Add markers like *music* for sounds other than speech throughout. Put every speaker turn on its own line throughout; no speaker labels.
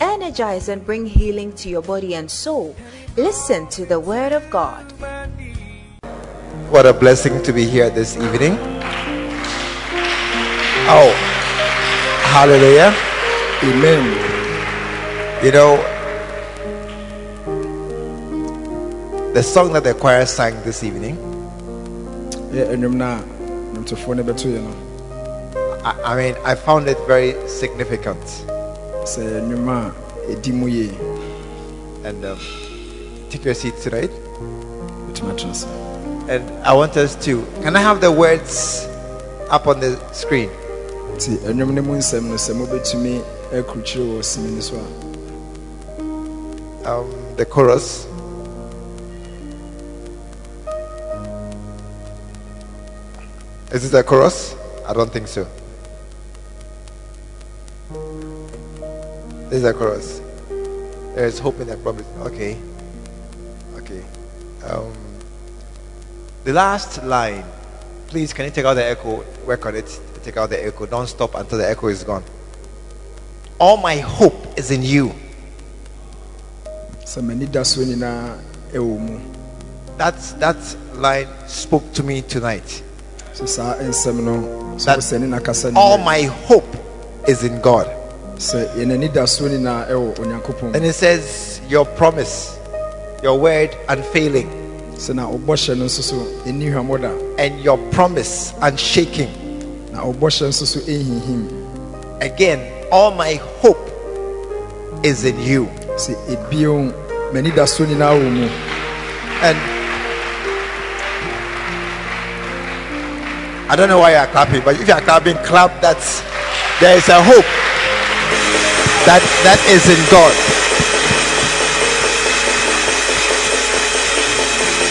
energize and bring healing to your body and soul. Listen to the word of God.
What a blessing to be here this evening. Oh, hallelujah.
Amen.
You know, the song that the choir sang this evening,
Yeah, and na nnwomtofoɔ no bɛto yɛ no
I, I mean, I found it very significant.
sɛ nnwom a ɛdi mu yie
And um, take your seat tonight.
bɛtumi atena ase
And I want us to, can I have the words up on the screen?
nti ɛnwom no mu nsɛm no sɛ mobɛtumi akurukyire wɔ simi no so a
Um, the chorus. Is it a chorus? I don't think so. This is a chorus. There is hope in the promise. Okay. Okay. Um, the last line. Please, can you take out the echo? Work on it. Take out the echo. Don't stop until the echo is gone. All my hope is in you.
sɛ m'ani da so nyinaa ɛwɔ mu
That that line spoke to me tonight.
so saa nsɛm no sɛ
That-
wo sɛ ne nakasa
All
no
my hope is in God.
sɛ yɛn ani da so nyinaa ɛwɔ
And
onyankopɔn
it says your promise, your word unfailing,
sɛ na wobɔhyɛ no nso so ɛnni hwammɔ da
and your promise unshaking.
na wobɔhyɛ nso so ɛnhinhim
Again, all my hope is in you.
sɛ ɛbiom m'ani da so nyinaa wɔ mu
And I don't know why you are clapping, but if you are clapping, clap that's there is a hope that that is in God.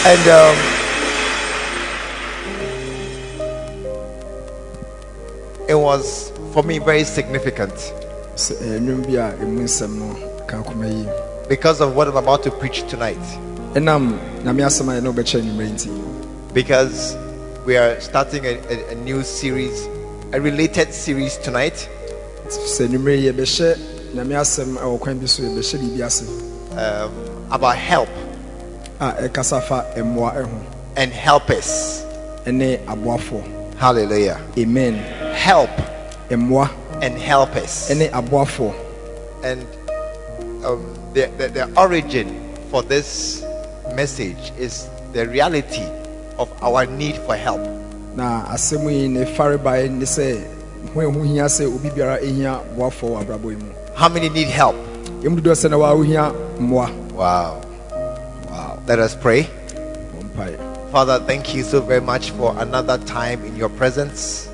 And um, um, it was for me very significant
sɛ ɛnwom bi a ɛmu nsɛm no ka akoma yie
because of what I'm about to preach tonight.
ɛnam nyame asɛm a yɛne wobɛkyerɛ anwummerɛ nti
because we are starting a, a, a new series, a related series tonight.
sɛ anwummerɛ yi yɛbɛhyɛ nyame asɛm a ɔkwan bi so yɛbɛhyɛ biribi ase
um, about help
a ɛkasa fa mmoa ɛho
and helpers.
ɛne aboafoɔ
Hallelujah.
amen
Help
mmoa
and helpers.
ɛne aboafoɔ
And um, the, the, the origin for this message is the reality of our need for help.
na asɛm yi ne farebae ne sɛ ho a ɛho hia sɛ obi biara ɛhia boafoɔ wɔ abrabɔ yi mu
How many need help?
ɛmu dodoɔ sɛ na waa wohia mmoa
Wow. Wow. Let us pray.
Bɔ mpaeɛ
Father, thank you so very much for another time in your presence.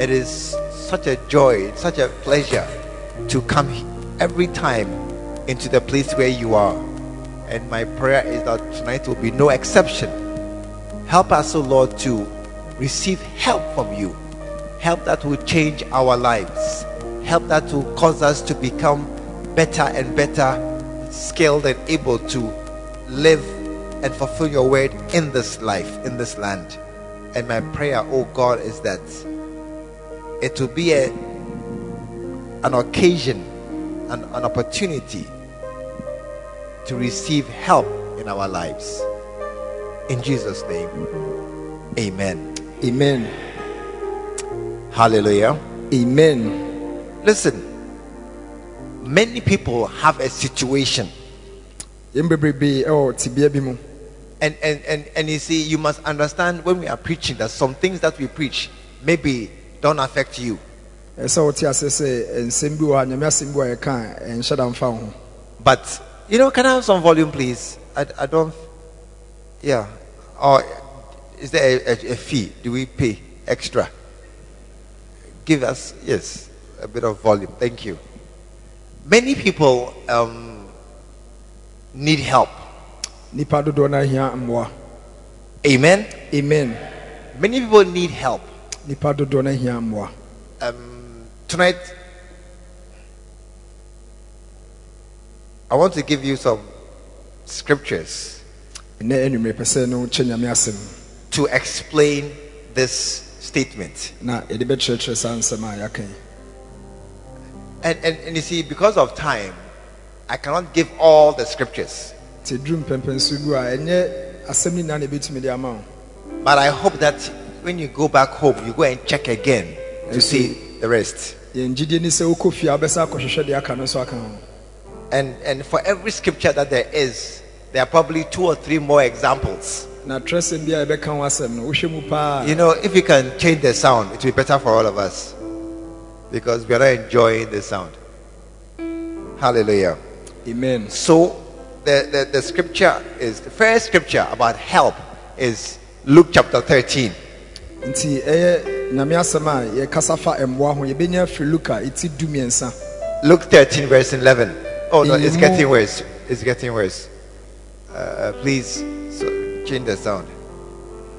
It is such a joy, it's such a pleasure to come he- every time into the place where you are. And my prayer is that tonight will be no exception. Help us, O Lord, to receive help from you. Help that will change our lives. Help that will cause us to become better and better skilled and able to live and fulfill your word in this life, in this land. And my prayer, oh God, is that it will be a, an occasion, an, an opportunity to receive help in our lives. In Jesus' name, amen.
amen
Hallelujah.
amen
Listen, many people have a situation,
yɛn bebrebee ɛwɔ tebea bi mu
and, and, and, and you see, you must understand when we are preaching that some things that we preach maybe don't affect you,
ɛsɛ sɛ wote ase sɛ nsɛm bi wɔ ha nyame asɛm bi wɔ a yɛka a, ɛnhyɛ da mfa wo ho
but you know, can I have some volume, please? I, I don't, yeah, or is there a, a, a fee? Do we pay extra? Give us, yes, a bit of volume, thank you. Many people um, need help.
nipa dodoɔ no ahia mmoa
Amen.
amen
Many people need help.
nipa dodoɔ no ahia mmoa
Um, tonight, I want to give you some scriptures
ɛnɛ anwummerɛ pɛ sɛ no kyɛ nyame asɛm
to explain this statement.
na yɛde bɛkyerɛkyerɛ saa nsɛm a yɛaka yi
And, and, and you see, because of time, I cannot give all the scriptures.
nti duru mpɛmpɛnso gu a ɛnyɛ asɛm no nyinaa na ɛbɛtumi de ama wo
But I hope that when you go back home, you go and check again to
Yes,
see the rest.
yɛn gyidie ni sɛ wokɔ fie a wobɛsɛ akɔhwehwɛ deɛ aka no nso aka ho
And, and for every scripture that there is, there are probably two or three more examples.
na trɛsɛm bi a yɛbɛka ho asɛm no wohwɛ mu paa
You know, if you can change the sound, it will be better for all of us because we are not enjoying the sound. Hallelujah.
amen
So, the, the, the scripture is the first scripture about help is Luke chapter 13.
nti ɛyɛ nyame asɛm a yɛkasa fa mmoa ho yɛbɛnya firi luka ɛti du mmiɛnsa
Luke 13, verse 11. Oh, no, it's
Imo-
getting worse. It's getting worse. Uh, please so, change the sound.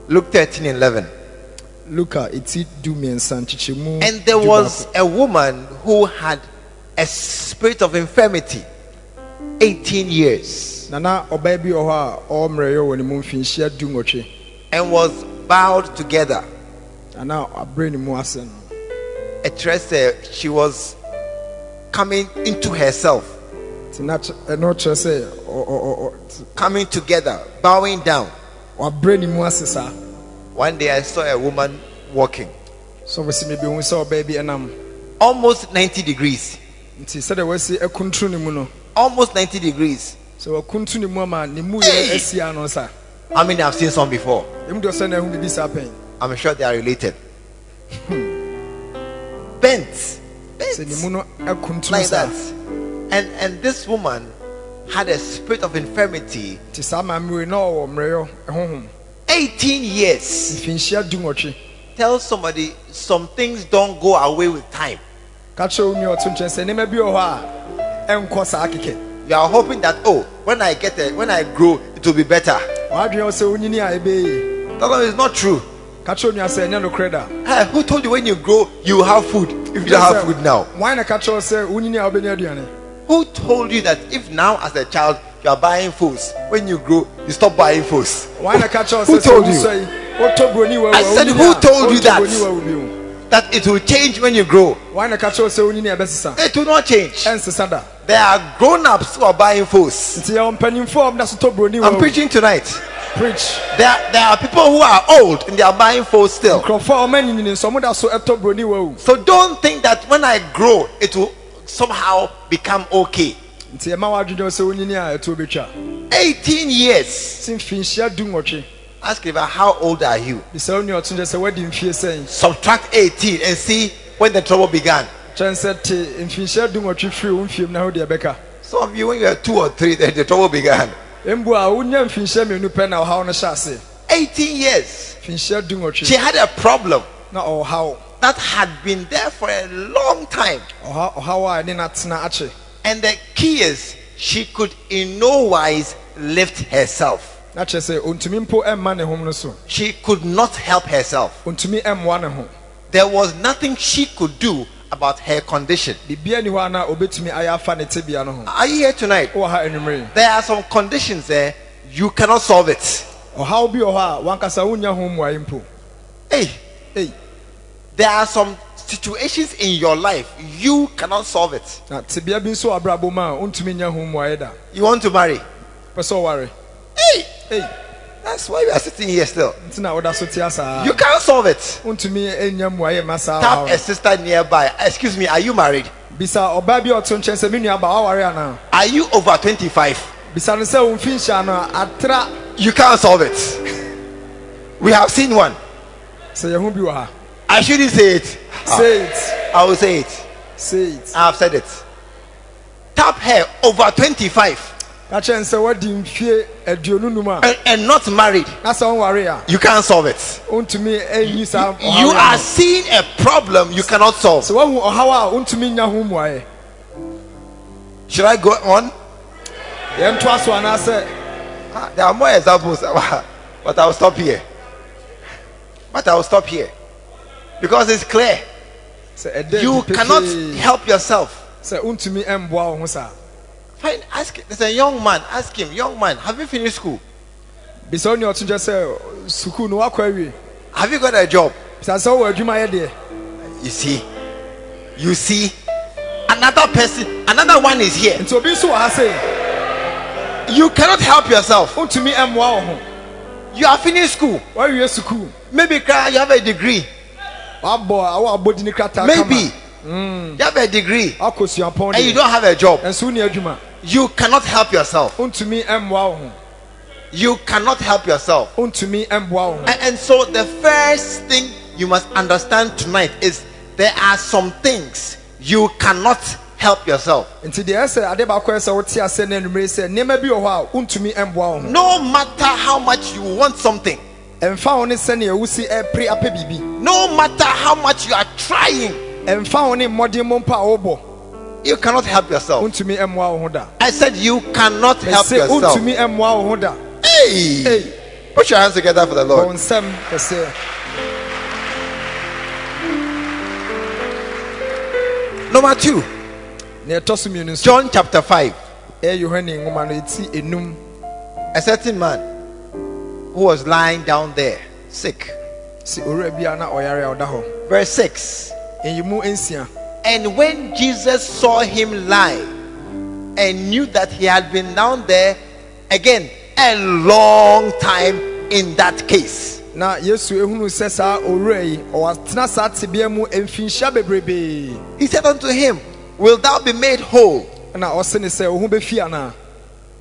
Luke 13, 11.
luka ɛti du mmiɛnsa nkyekyɛmu
And there
du
was
baako.
a woman who had a spirit of infirmity 18 years.
na na ɔbaa bi wɔ hɔ a ɔmmerɛyɛ wɔ ne mu mfinhyia du nwɔtwe
and was bowed together.
anaa aberɛ ne mu ase no
At rest, uh, she was coming into herself,
nti na eh, ky- ɛno kyerɛ sɛ ɔ- ɔ- ɔ- ɔ-
coming together, bowing down.
wabrɛ ne mu ase saa
One day I saw a woman walking
sɔfo sɛ mebɛhu sɛ ɔbaa bi ɛnam
almost 90 degrees.
um, nti sɛdeɛ wasi akuntunu ne mu no
Almost 90 degrees.
sɛ wakuntunu ne mu ama ne mu yɛ asia no sa
How many have seen some before?
ɛmu deɛ ɔsɛ na ɛhu biribi saa pɛn
I'm sure they are related. Hmm. Bent.
sɛ ne
Bent.
mu no akuntunu
Like
saa
that. And, and this woman had a spirit of infirmity
nti saa maame wei na ɔwɔ mmerɛyɔ ɛhohom
18 years.
mfinhyia du nwɔtwe
Tell somebody some things don't go away with time.
ka kyerɛ wo nua ɔto nkyɛn sɛ nneɛma bi wɔ hɔ a e ɛnkɔ saa kekɛ
You are hoping that oh, when I get a, when I grow, it will be better.
wadwene wo sɛ wonyini a ɛbɛyie
That one is not true.
ka kyerɛ wo nua sɛ ɛnyɛ nokorɛ da
Hey, who told you when you grow you will have food? If you don't have food now,
wan na ka kyerɛ wo sɛ wonyini a wobɛnya aduane
who told you that if now as a child you are buying foods, when you grow you stop buying foods?
wan na ka kyerɛ wo
Who
sɛ
told
sɛ
you?
wosɔe wotɔ buroni wɔ
I said, who told you that? That it will change when you grow.
wan na ka kyerɛ wo sɛ wonyini a e ɛbɛsesa
It will not change.
ɛnsesa da
There are grown-ups who are buying foods.
nti yɛwɔ mpanimfoɔ a ɔmda so tɔ buroni
I'm
wɔ
preaching tonight.
preach
There, there are people who are old and they are buying foods still.
nkurɔfoɔ a ɔma nyinini nso ɔmoda so e ɛtɔ buroni wɔ
So don't think that when I grow it will somehow become okay.
nti ɛma wadwene wo sɛ wonyini a e ɛto wobɛtwa
18 years.
si mfinhyia du nwɔtwe
Ask Eva, how old are you?
bisa wo nua ɔto nkyɛn sɛ wadi mfie sɛn
Subtract 18 and see when the trouble began.
kyɛn sɛ te mfinhyia du nwɔtwe firi wo mfie mu na ho deɛ ɛbɛka
Some of you, when you were two or three, then the trouble began.
mbu a wonya mfinhyia mmienu pɛ na ɔhaw no hyɛ ase
18 years.
mfinhyia du
She
nwɔtwe
had a problem
na ɔhaw
that had been there for a long time.
ɔha ɔhaw a ɛne n'atena akye
And the key is she could in no wise lift herself.
na kyerɛ sɛ ontumi mpo ɛmma ne hom no so
She could not help herself.
ontumi ɛmmoa ne ho
There was nothing she could do about her condition.
biribiara ni hɔ a na obetumi ayɛ afa ne tebea no ho
Are you here tonight?
wɔ ha anwummere
There are some conditions there. You cannot solve it.
ɔhaw bi wɔ hɔ a wankasa wonya ho mmuaeɛ mpo
Hey,
ei
There are some situations in your life you cannot solve it.
na tebea bi nso wɔ abrabɔ mu a ontumi nya ho mmuaeɛ da
You want to marry?
pɛ sɛ ɔware
Hey,
ei
that's why we are sitting here still.
nti na woda so tea saa
You can't solve it.
wontumi anya mmuaeɛ ma saa
Tap a
ɔhaw
sister nearby. Excuse me, are you married?
no bisa ɔbaa bi a ɔto nkyɛn sɛ me nuaba woaware anaa
Are you over 25?
bisa no sɛ wo mfi nhyia no a atra
You can't solve it. *laughs* We have seen one.
sɛ yɛho bi wɔ
Ah.
ha
I shouldn't say it.
say it
I will say it.
say it
I have said it. Tap her over 25
ka kyerɛ n sɛ woadi mfie aduonu num a
and, and not married.
na sɛ wonware a
You can't solve it.
wontumi anyi saa
You
ɔhaw
are
no
seeing a problem you cannot solve.
sɛ woahu ɔhaw a wontumi nya ho mmuaeɛ
Should I go on?
yɛntoa so anaasɛ
Ah, There are more examples. *laughs* But I'll stop here. But I'll stop here. Because it's clear.
sɛ ɛdɛ
You cannot help yourself.
sɛ wontumi ɛmboa wo ho saa
Find ask there's a young man, ask him, young man, have you finished school?
bisa wo ne ɔto kyɛ sɛ sukuu no woakɔ awie
Have you got a job?
bisa sɛ wowɔ adwumayɛ deɛ
You see, you see, another person, another one is here.
nti obi nso wɔ ha sei
You cannot help yourself.
wontumi ɛmmoa wo ho
You are finished school.
woawie sukuu
Maybe cry, you have a degree.
wabɔ a woabɔdini krataa
Maybe you have a degree
kama akɔ suapɔn
and you
deɛ
don't have a job.
ɛnso wonni adwuma
You cannot help yourself.
wontumi ɛmmoa wo ho
You cannot help yourself.
wontumi ɛmboa wo ho
And, and so the first thing you must understand tonight is there are some things you cannot help yourself.
nti deɛ ɛsɛ ade baako a ɛsɛ sɛ wote ase no anumere sɛ nneɛma bi wɔ hɔ a wontumi ɛmboa wo ho
No matter how much you want something,
ɛmfa wo ne sɛnea wosi ɛpere apɛ biribi
no matter how much you are trying,
ɛmfa wo ne mmɔden mo mpa a wobɔ
you cannot help yourself.
wontumi ɛmmoa wo ho da
I said you cannot help
ɛsɛ
yourself.
wontumi ɛmmoa wo ho da
Hey!
"Oh, Hey.
Put your hands together for the
bɔ wo
Lord.
nsɛm kɛseɛ
Number two,
na ɛtɔ so mmienu nso
John chapter 5.
ɛyɛ yohane nwoma no ɛti enum
A certain man who was lying down there, sick.
sɛ owura bi a na ɔyare a ɔda hɔ
Verse 6.
ɛyimu nsia
And when Jesus saw him lying and knew that he had been down there again a long time in that case,
na yesu ehunu sɛ saa owura yi ɔwatena saa tebea mu mfinhyia bebrebee
he said unto him, Will thou be made whole?
na ɔse ne sɛ ohu bɛfi anaa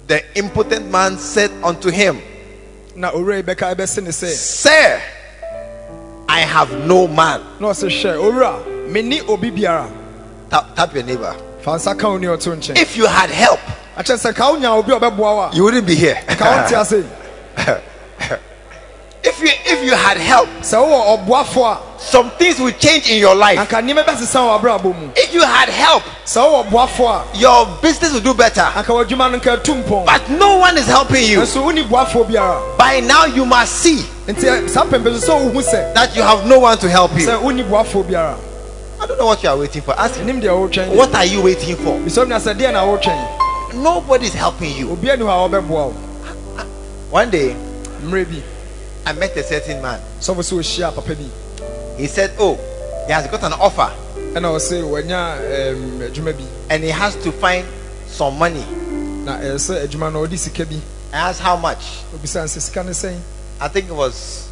The impotent man said unto him,
na owura yi bɛka ɛbɛse ne sɛ
Sir, I have no man.
na ɔse hwɛ owura menni obi biara
Tap, tap your neighbor.
fa nsa ka wo ne ɔto nkyɛn
If you had help,
akyɛ sɛ ka wonya obi a ɔbɛboa wo a
you wouldn't be here.
ka wo nte ase
*laughs* if you if you had help,
sɛ wowɔ ɔboafoɔ
some things would change in your
a
life.
anka nneɛma bɛsesa wɔ abrabɔ mu
If you had help,
sɛ wowɔ ɔboafoɔ a
your business would do better.
anka w'adwuma no nka ɛtu mpɔn
But no one is helping you.
nanso wonni boafoɔ biara
By now, you must see
nti ɛ- saa mpɛmpɛ so sɛ wohu sɛ
that you have no one to help you.
sɛ wonni boafoɔ biara
I don't know what you are waiting for. Ask him,
ɛnim deɛ wɔretwɛn
what are you waiting for?
bisɔm na sɛ deɛ na wɔretwɛn
Nobody is helping you.
obi ani hɔ a wɔbɛboa wo
One day,
mmerɛ bi
I met a certain man.
sɔfo sɛ ɔhyia papa bi
He said, Oh, he has got an offer
ɛna ɔse wanya em, adwuma bi
and he has to find some money.
na ɛyɛ sɛ adwuma no ɔde sika bi
I asked how much.
obisa sɛ sika ne sɛn
I think it was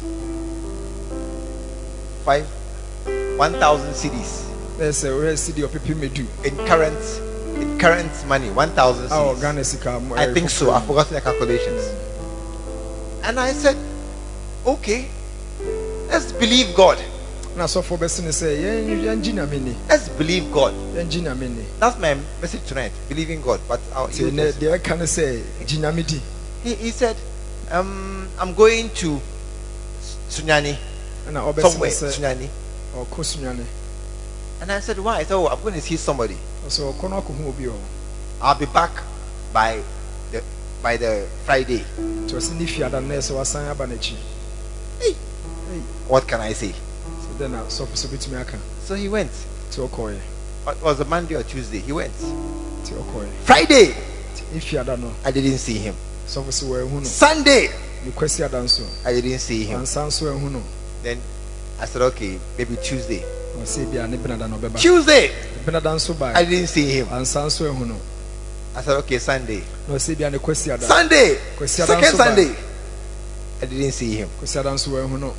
five, 1,000 cities
na ɛyɛ sɛ ɔyɛ si deɛ ɔpepem edu
in current, in current money, 1,000
a wɔ
cities.
ghana sika mu
I
ɛyɛ
think so. I've
foforɔ.
forgotten the calculations. And I said, okay, let's believe God.
na sɔfo bɛsi ne sɛ yɛn yɛngyi nyame ni
Let's believe God.
yɛngyi nyame ni
That's my message tonight. Believing God. But I'll,
nti
he,
nɛ deɛ ɛka ne sɛ gyi nyame di
he, he said, um, I'm going to Sunyani,
ɛna ɔbɛsi ne
somewhere,
sɛ
Sunyani.
ɔkɔ sunyane
And I said, why? I said, oh, I'm going to see somebody.
ɔsɛ ɔkɔ no akɔhu obi wɔ hɔ
I'll be back by the by the Friday.
nti ɔsi ne fiada na ɛsɛ wasan aba n'akyi
What can I say?
sɛ dɛ na sɔfo so bitumi aka
So he went.
nti ɔkɔɔɛ
It was a Monday or Tuesday. He went.
nti ɔkɔɔɛ
Friday,
nti ne fiada no
I didn't see him.
sɔfo so wɔahu no
Sunday,
ne kwasiada nso
I didn't see him.
ansa nso ahu no
Then I said, okay, maybe Tuesday.
na ɔsɛ bia ne benada no ɔbɛba
Tuesday,
benada nso
I
bae
didn't see him.
ansa nso ahu no
I said, okay, Sunday.
na ɔsɛ bia ne kwasiada
Sunday,
Kwesi Adanso
second
back.
Sunday, I didn't see him.
kwasiada nso ahu no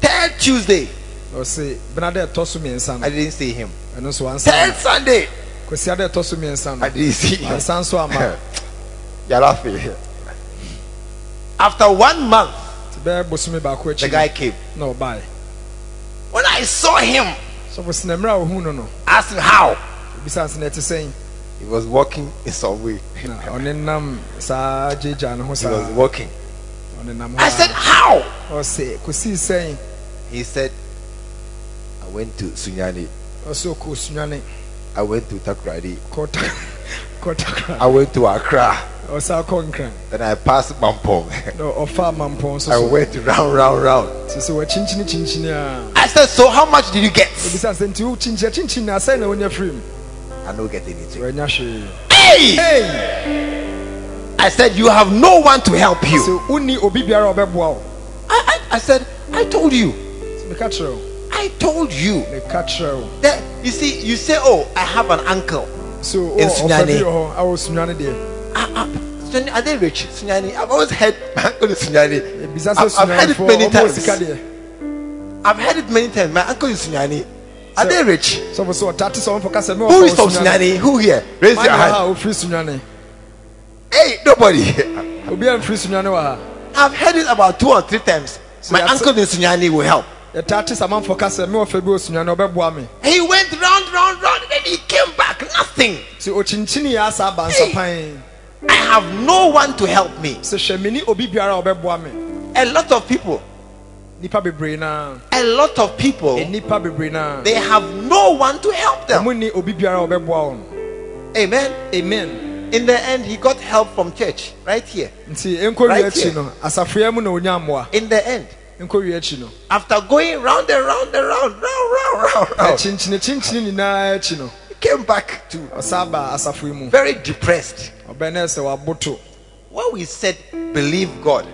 Third Tuesday,
na ɔsɛ benada a ɛtɔ so mmiɛnsa no
I didn't see him.
ɛno nso
Third
ansa
Sunday,
kwasiada a ɛtɔ so mmiɛnsa
I
no
didn't see him.
ansa nso ama
*laughs* You're laughing. After one month,
nti bɛyɛ bosome baako
the
akyi
guy came.
no, na ɔbae
When I saw him,
sɔfo sɛ na mmerɛ a ɔhu no no
I asked him how.
obisa sɛ na ɛte sɛn
He was walking in some way.
na
*laughs*
ɔne nam saa gyegyaa ne ho
He was
saa
walking.
ɔne nam
I said,
hɔ
how?
a ɔsɛ kosii sɛn
He said, I went to Sunyani.
ɔsɛ ɔkɔ sunyane *laughs*
I went to Takradi.
kɔta kɔta
I went to Accra.
ɔsan kɔ nkran
Then I passed Mampong.
na ɔfa mampɔn
*laughs*
nso
I
so
went round, round, round.
nti sɛ wɔkyinkyini kyinkyini a
I said, So how much did you get?
ebisa sɛ nti wokyinkyia kyinkyini na asɛn na wonya firi mu
I don't get anything.
wɔanya hwee
Hey!
Hey!
I said, You have no one to help you.
sɛ wonni obi biara a ɔbɛboa wo
I, I, I said, I told you.
Nti meka kyerɛ wo
I told you.
meka kyerɛ wo
That, you see, you say, Oh, I have an uncle.
so wo-
Nsunyane.
ɔfa bi wɔ hɔ a wɔsua no deɛ
Ah, ah, Sunyani, are they rich? Sunyani, I've always heard my uncle is Sunyani.
ebisa sɛ
I've, I've heard it many
sunyanefoɔ ɔmɔ sika
times.
deɛ
I've heard it many times. My uncle is Sunyani. Are
So-
they rich?
sɔfo sɛ ɔtate sɛ ɔmfo ka sɛ me
Who
ɔfa
is
wo
from Sunyani? Who here? Raise your
Manya ha
hand.
a ɔfiri sunyane
Hey, nobody.
obiara mfiri sunyane wɔ ha
I've heard it about two or three times.
So
My
that's-
uncle in Sunyani will help.
yɛtate sɛ amanfo ka sɛ me ɔfa bi wɔ sunyane ɔbɛboa me
He went round, round, round, and then he came back. Nothing.
sɛ ɔkyinkyini yɛ asa abansa pan
I have no one to help me.
sɛ hwɛ meni obi biara a ɔbɛboa me
A lot of people,
nnipa bebree naa
a lot of people,
nnipa bebree naa
they have no one to help them.
ɔmo ni obi biara a ɔbɛboa wɔn
Amen.
amen
In the end, he got help from church right here.
nti nkɔwie
Right here.
akyi no asafoa mu na onya mmoa
In the end,
nkɔwie akyi no
after going round and round and round, round, round, round, round,
akyinkyini kyinkyini nyinaa akyi no
he came back to
ɔsan ba asafoa mu
very depressed.
ɔbɛn na sɛ waboto
What we said, believe God.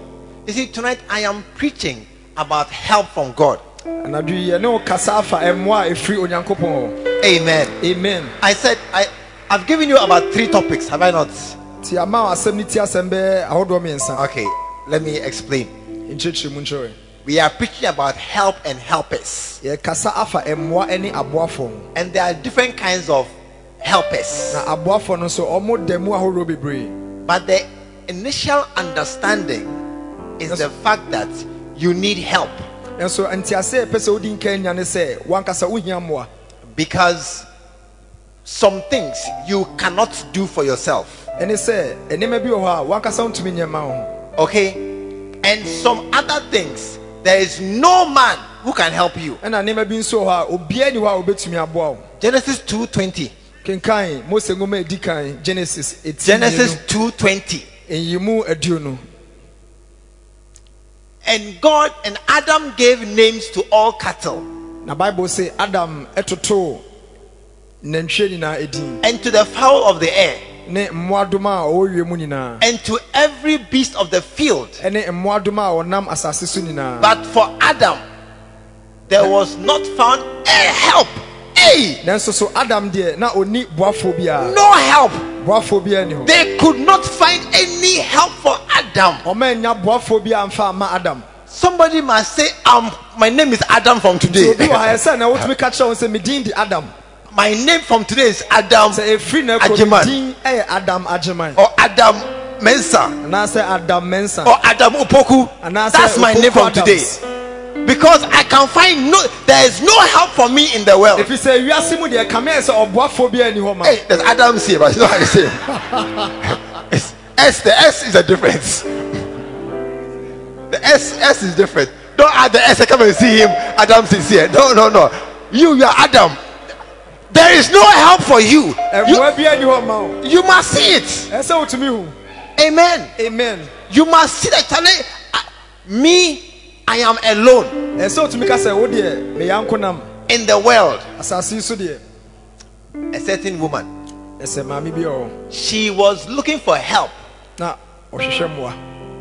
You see, tonight I am preaching about help from God.
anadwo yɛ ne wo kasa afa mmoa a ɛfiri onyankopɔn hɔ
Amen.
amen
I said I, I've given you about three topics, have I not?
nti ama wo asɛm no ti asɛm bɛɛ ahodoɔ mmiɛnsa
Okay, let me explain.
nkyerɛkyerɛ mu nkyerɛ
We are preaching about help and helpers,
yɛkasa afa mmoa ne aboafoɔ ho
and there are different kinds of helpers.
na aboafoɔ no nso ɔmo da mu ahoroɔ bebree
But the initial understanding is the fact that you need help
nanso ntiase a ɛpɛ sɛ wodi nka nya ne sɛ wankasa wohia mmoa
because some things you cannot do for yourself.
ɛne sɛ nneɛma bi wɔ hɔ a wankasa ntumi nneɛma wo ho
Okay, and some other things there is no man who can help you.
ɛna nneɛma bi nso wɔ hɔ a obiara ni hɔ a obɛtumi aboa wo
Genesis two twenty.
kenkan mose nwoma a ɛdi kan genesis
Genesis two twenty.
nyimu aduonu
And God and Adam gave names to all cattle
na bible sɛ adam ɛtotoo nantwie nyinaa edin
and to the fowl of the air
ne mmoadoma a ɔwɔ wiem nyinaa
and to every beast of the field.
ɛne mmoadoma a wɔnam asase so nyinaa
But for Adam, there was not found a help. Hey,
nanso so adam deɛ na ɔni boafoɔ biara
no help.
boafoɔ biara ni hɔ
They could not find any help for Adam.
ɔma nya boafoɔ biara mfa ama adam
Somebody must say, um, my name is Adam from
nti obi wɔ ha
today.
ɛsɛ na wotumi ka kyerɛ wɔn sɛ medin de adam
*laughs* my name from today is Adam
sɛ ɛfiri na ɛkɔ
Agyeman.
no din ɛyɛ adam agyeman
or Adam Mensah.
anaasɛ adam mensa
or Adam Opoku.
And I
Oh, That's
said,
my
Opoku
name from today.
Adams.
Because I can find no, there is no help for me in the world.
ɛfiri sɛ wiase mu deɛ kame ɛ sɛ ɔboafoɔ biara ni hɔ ma
Hey, there's Adams here, but it's not the same. it's S, the S is a difference. The S, S is different. Don't add the S, come and see him. Adams is here. No, no, no. You, you are Adam. There is no help for you. You,
ɛboa biara Eh, ni hɔ ma Eh, wo
you must see it.
ɛsɛ wotumi hu
Amen.
amen
You must see that. Charlie, I- Me, I am alone
ɛsɛ wotumi ka sɛ wo deɛ meyanko nam
in the world.
asase yi so deɛ
a certain woman.
ɛsɛ maame bi wɔ hɔ
She was looking for help.
na ɔhwehwɛ mmoa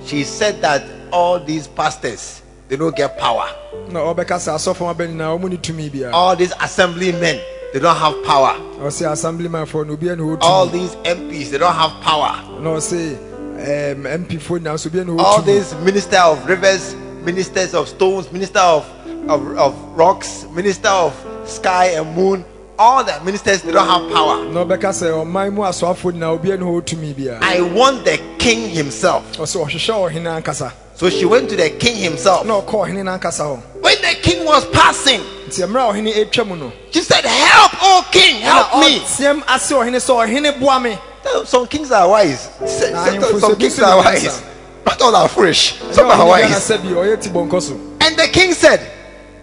She said that all these pastors they don't get power.
na ɔbɛka sɛ asɔfoɔ abɛ nyinaa ɔmo ne tumi biara
All these assembly men they don't have power.
ɔsɛ assemblymanfoɔ no obiara ni hɔ
All
tumi
these MPs they don't have power.
na ɔsɛ ɛɛm mpfoɔ nyinaa nso obiara ni hɔ
All
tumi
these minister of rivers, ministers of stones, minister of, of, of rocks, minister of sky and moon. All the ministers they don't have power.
na ɔbɛka sɛ ɔman mu asoafoɔ nyinaa obiara ni hɔ tumi biara
I want the king himself.
ɔsɛ ɔhwehwɛ ɔhene ankasa
So she went to the king himself.
na ɔkɔ ɔhene n'ankasa hɔ
When the king was passing,
nti mmerɛ a ɔhene atwa mu no
she said, Help, oh king, help me.
team ase ɔhene sɛ ɔhene boa me
Some- Some kings are wise. S-
Nah,
some-
you
some-
full
Some
service
kings
in
are
the
wise.
answer.
Not all are foolish. Some
Ɛna
are
ɔhene Ghana
wise.
sɛ bi ɔyɛ ti bɔnkɔ so
And the king said,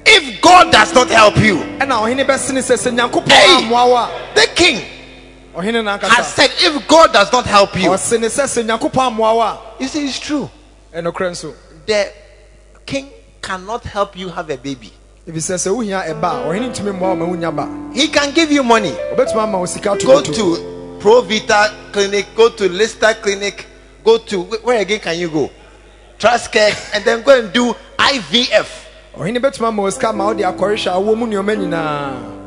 If God does not help you,
ɛna ɔhene bɛsene sɛ sɛ nyankopɔn
Hey!
ammoa wo a
the king,
ɔhene na
has
ankasa
said, if God does not help you,
ɔse ne sɛ sɛ nyankopɔn ammoa wo
you see, it's true.
a ɛnokorɛ nso
The king cannot help you have a baby.
ɛfisɛ sɛ wohia ɛba a ɔhene ntumi mmoa wo ma wonya ba
He can give you money.
ɔbɛtumi ama wo sika
Go
tototo
to Provita Clinic, go to Lister Clinic, go to where again can you go? Trust care, and then go and do IVF.
ɔhene bɛtumi ama wo sika ma wode akɔrehyɛ a wowɔ mu nneɔma nyinaa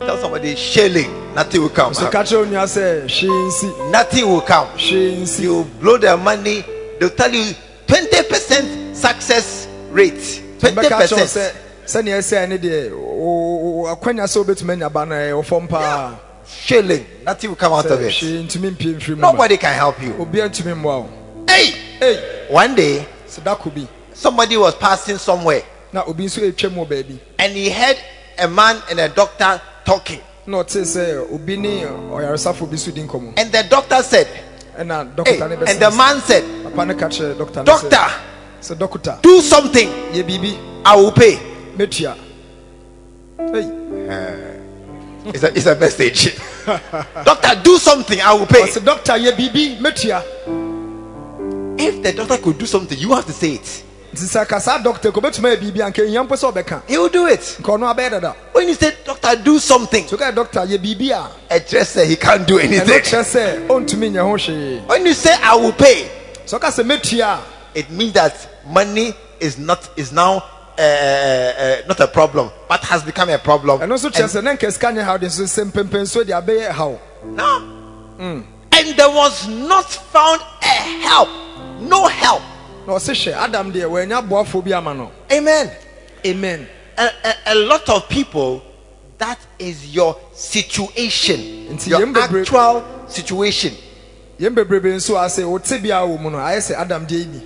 Tell somebody, shelling, nothing will come.
so ka kyerɛ wo nua sɛ hwee nsi
Nothing will come.
hwee nsi
you blow their money, they'll tell you 20% success rate.
bɛka kyerɛ wo
20%.
sɛ sɛneɛ ɛsɛɛ ne deɛ wo- wo- akwanya sɛ wobɛtumi anya ba e, no ɛwɔ fam
ah.
paa
Shilling. Nothing will come out of
sɛ
it.
hwee ntumi mpie mfiri mu ma
Nobody can help you.
obia ntumi mmoa wo
Hey!
ei
One day,
sɛ da ko bi
somebody was passing somewhere
na obi nso ɛtwa mu wɔ baabi
and he heard a man and a doctor talking.
na ɔte sɛ obi ne ɔyaresafo bi so di nkɔmmɔ
And the doctor said,
ɛna
Hey!
dɔkota ne
And the
bɛsɛ
man said,
papa no ka kyerɛ dɔkta no sɛ
Doctor,
sɛ dɔkota
do something.
yɛ biribi
I will pay.
mɛtua ei
It's a, it's a message. *laughs* doctor, do something. I will pay.
ɔsɛ dɔkta yɛ biribi mɛtua
If the doctor could do something, you have to say it.
nti sɛ ka saa dɔkta kɔbɛtumi ayɛ biribi anka ɛhia mpo sɛ ɔbɛka
He will do it.
nka ɔno abɛyɛ dada
When you say, Doctor, do something,
so ka dɔkta yɛ biribi a
a dresser, he can't do
ɛno
anything.
kyerɛ sɛ ɔntumi nyɛ ho hwee
When you say I will pay,
sɛ ɔka sɛ mɛtua a
it means that money is not is now uh, uh, not a problem, but has become a problem.
ɛno nso kyerɛ sɛ ne nka sika nyɛ haw de nso sɛ mpempɛn so de abɛyɛ haw
And- no. And there was not found a help, no help.
na ɔse hwɛ adam deɛ wɔanya boafoɔ bi ama no
Amen.
amen
A, a, a lot of people, that is your situation,
Nti
your
yɛn bebree-
actual situation.
yɛn bebrebe nso a sɛ wote bia wɔ mu no ayɛ sɛ adam deɛ yi ni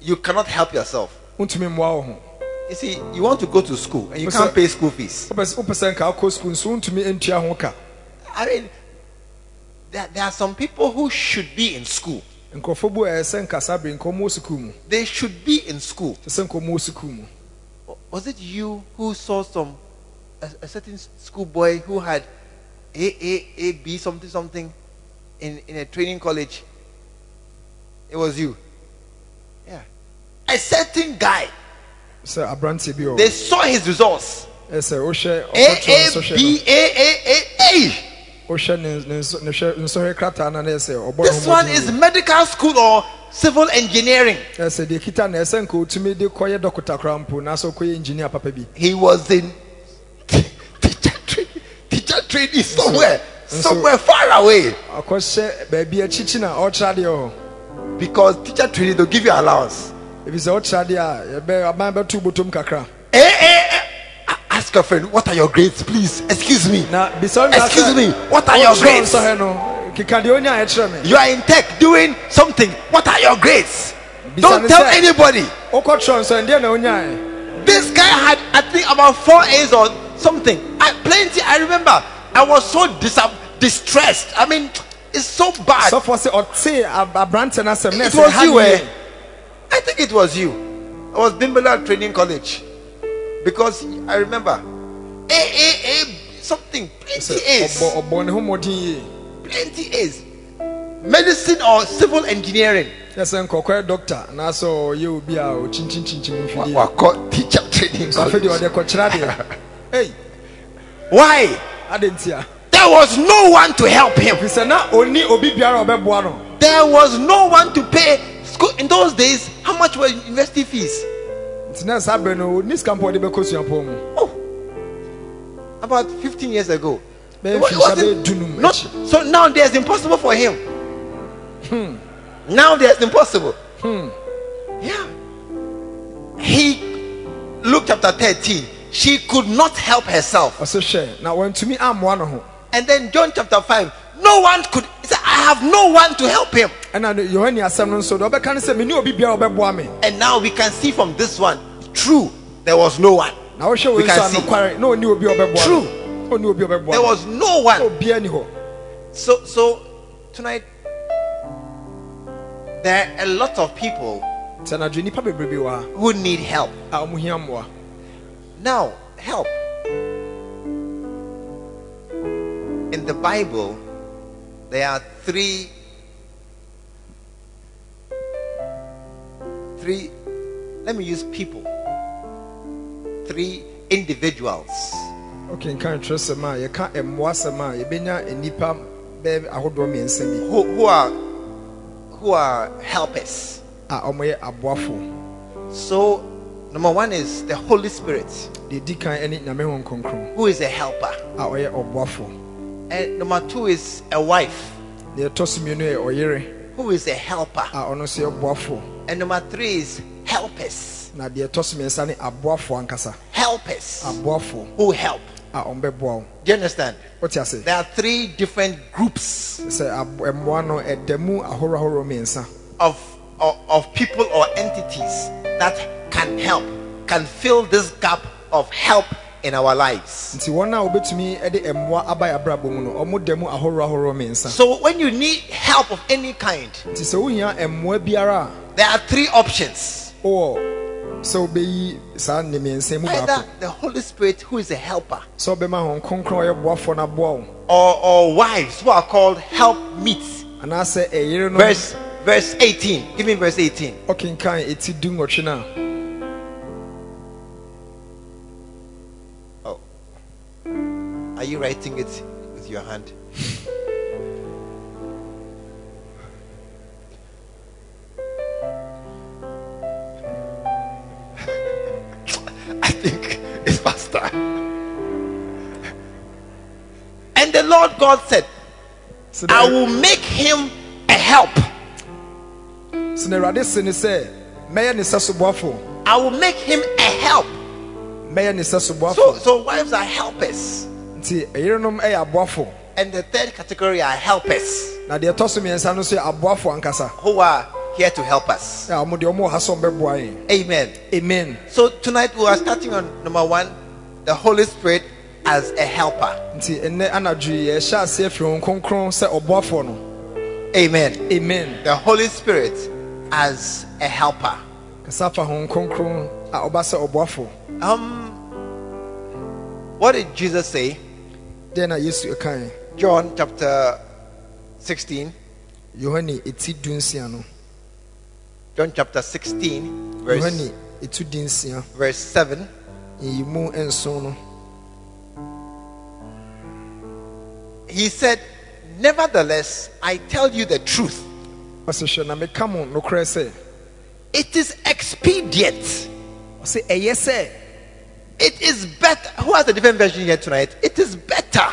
You cannot help yourself.
wontumi mmoa wo ho
You see, you want to go to school and you
Mr.
can't pay school fees.
wopɛ sɛ- wopɛ sɛ nka wokɔ sukuu nso wontumi ntua ho ka
I mean, there, there are some people who should be in school.
nkurɔfoɔ bi wɔ ɛyɛ sɛ eh, nka saa bere nka ɔmmɔ sukuu mu
They should be in school.
te sɛ nka ɔmmɔ sukuu mu
Was it you who saw some a, a certain s- schoolboy who had A A A B something something in in a training college? It was you. Yeah. A certain guy.
sɛ aberanteɛ bi Eh, wɔ
They
hɔ.
saw his results.
ɛyɛ sɛ wohwɛ
A
ɔkɔtoa
A B
nsɔhwɛ
A A A A.
no wohwɛ ne ne nsɔ- ne hwɛ- nsɔhwɛ krataa no na ɛyɛ sɛ ɔbɔ ne ho
This one
mmɔden
is
yie.
medical school or civil engineering.
ɛyɛ sɛ deɛ kita no ɛyɛ sɛ nka ɔtumi de kɔyɛ dɔkota koraa mpo naasɛ ɔkɔyɛ engineer papa bi
he was in teacher training, teacher training somewhere,
so-
somewhere far away.
akɔhyɛ baabi akyikyi na ɔkyerɛ adeɛ wɔ hɔ
Because teacher training they'll give you allowance.
ebisɛ ɔkyerɛ adeɛ a yɛbɛ aban bɛto botom kakra
Eh, eh, eh. A- Ask your friend, what are your grades, please? Excuse me.
na oh, bisɔn
Excuse me, what are your grades?
nsɔhɛ no keka deɛ onya ɛkyerɛ me
You are in tech doing something. What are your grades?
Bisa
Don't
ni
tell
sɛ-
anybody.
wokɔtwerɛ nsɔhɛ deɛ na onya eh.
This guy had, I think, about four A's or something. I, plenty. I remember. I was so dis- distressed. I mean, it's so bad.
sɔfoɔ sɛ ɔte ab- aberante no asɛm na
It
ɛsɛ
was
ha
you, eh?
deɛ
I think it was you. It was Bimbala Training College. Because I remember. A, A, A, something. Plenty A's.
ɔbɔ ɔbɔ ne ho mmɔden yie
Plenty A's. Medicine or civil engineering.
yɛ sɛ nkɔkɔɛ dɔkta anaasɛ ɔyɛ obi a ɔkyinkyinkyinkyin mfidie
Wakɔ teacher training
so afei deɛ
college.
ɔde kɔkyerɛ adeɛ
*laughs*
ei
Why?
ade ntia
There was no one to help him.
ɛfiri sɛ na ɔni obi biara a ɔbɛboa no
There was no one to pay school. In those days, how much were university fees?
nti na saa berɛ no ɔni sika mpo ɔde bɛkɔ suapɔn mu
Oh, about 15 years ago.
Bẹ́ẹ̀
It wa-
fi
it wasn't-
sábẹ́ dunum
not-
ẹ̀kí.
so now there's impossible for him. Hmm. Now there's impossible. Hmm. Yeah. He, Luke chapter 13, she could not help herself.
ɔsɛ hwɛ na wɔntumi ammoa no ho
And then John chapter 5, no one could, he said, I have no one to help him.
ɛna no- yohane asɛm no nso deɛ ɔbɛka ne sɛ menni obi biara a ɔbɛboa me
And now we can see from this one, true, there was no one.
na wohwɛ
We
wei
can
nso
see.
a nokware na ɔni obi a ɔbɛboa
True.
no. ɔnni obi a ɔbɛboa
There
no.
was no one.
obia ni hɔ
So, so tonight, there are a lot of people
nti anadwo nnipa bebrebe wɔ ha
who need help.
a ɔmohia mmoa
Now, help. In the Bible, There are three three let me use people. Three individuals.
okay nka ntwerɛsɛm a yɛka mmoasɛm a yɛbɛnya nnipa bɛɛ ahodoɔ mmiɛnsa bi
who, who are who are helpers.
a ɔmoyɛ aboafo
So number one is the Holy Spirit,
deɛ ɛdi kan ne nyame ho nkronkron
who is a helper.
a ɔyɛ ɔboafo
And number two is a wife,
deɛ ɛtɔ so mmienu yɛ ɔyere
who is a helper.
a ɔno nso yɛ ɔboafo
And number three is helpers,
na deɛ ɛtɔ so mmiɛnsa ne aboafo ankasa
helpers
Um. aboafo
who help.
a ɔmbɛboa wo
Do you understand?
wote ase
There are three different groups
sɛ ab- mmoa no ɛda mu ahorow ahorow mmiɛnsa
of, of of people or entities that can help, can fill this gap of help in our lives.
nti wɔn a wobɛtumi de mmoa aba yɛ abrabɔ mu no ɔmo da mu ahorow ahorow mmiɛnsa
So when you need help of any kind,
nti sɛ wohia mmoa biara a
there are three options.
wowɔ sɛ wobɛyi saa nne mmiɛnsa mu
Either
baako
the Holy Spirit, who is a helper,
sɛ wobɛma ho nkronkron a ɔyɛ boafoɔ no aboa wo
or, or wives who are called help meets.
anaasɛ ɛyere no
Verse verse 18. Give me verse 18.
ɔkenkan ɛti du nwɔtwe no a
Oh. Are you writing it with your hand? *laughs* I think it's faster. And the Lord God said,
sɛ
I
na
will make him a help.
sɛ na awurade se ne sɛ mɛyɛ ne sɛ so boafo
I will make him a help.
mɛyɛ ne sɛ so
So,
boafo
so wives are helpers.
nti ɛyerenom ɛyɛ aboafo
And the third category are helpers
na deɛ ɛtɔ so mmiɛnsa no nso yɛ aboafo ankasa
who are here to help us.
a ɔmo deɛ ɔmo wɔ ha sɛ ɔmbɛboa yɛn
Amen.
amen
So tonight we are starting on number one, the Holy Spirit as a helper.
nti ɛnɛ anadwo yi yɛhyɛ aseɛ firi ho kronkron sɛ ɔboafoɔ no
Amen.
amen
The Holy Spirit as a helper.
kasa fa ho kronkron a ɔba sɛ ɔboafoɔ
Um, what did Jesus say?
deɛ na yesu ɛkae
John chapter 16.
yohane ɛti du nsia no
John chapter 16, verse,
yohane ɛtu di nsia
verse 7.
yiyi mu nson no
He said, Nevertheless, I tell you the truth.
ɔsɛ hwɛ na meka mo nokorɛ sɛ
It is expedient.
ɔsɛ ɛyɛ sɛ
It is better. Who has a different version here tonight? It is better.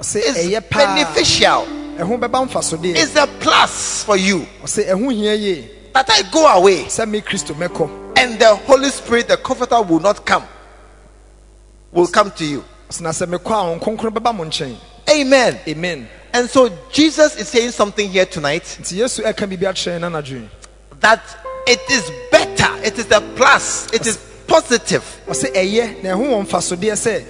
ɔsɛ ɛyɛ
It's
paa
beneficial.
ɛho bɛba mfasodeɛ
It's a plus for you
ɔsɛ ɛho hia yie
that I go away
sɛ me kristo mɛkɔ
and the Holy Spirit, the Comforter, will not come. Will come to you.
ɔsɛ na sɛ mekɔ a ho kronkron bɛba mo nkyɛn
Amen.
amen
And so Jesus is saying something here tonight
nti yesu ɛka biribi akyerɛ no anadwo yi
that it is better. It is a plus. It is positive.
ɔsɛ ɛyɛ na ɛho wɔ mfasodeɛ sɛ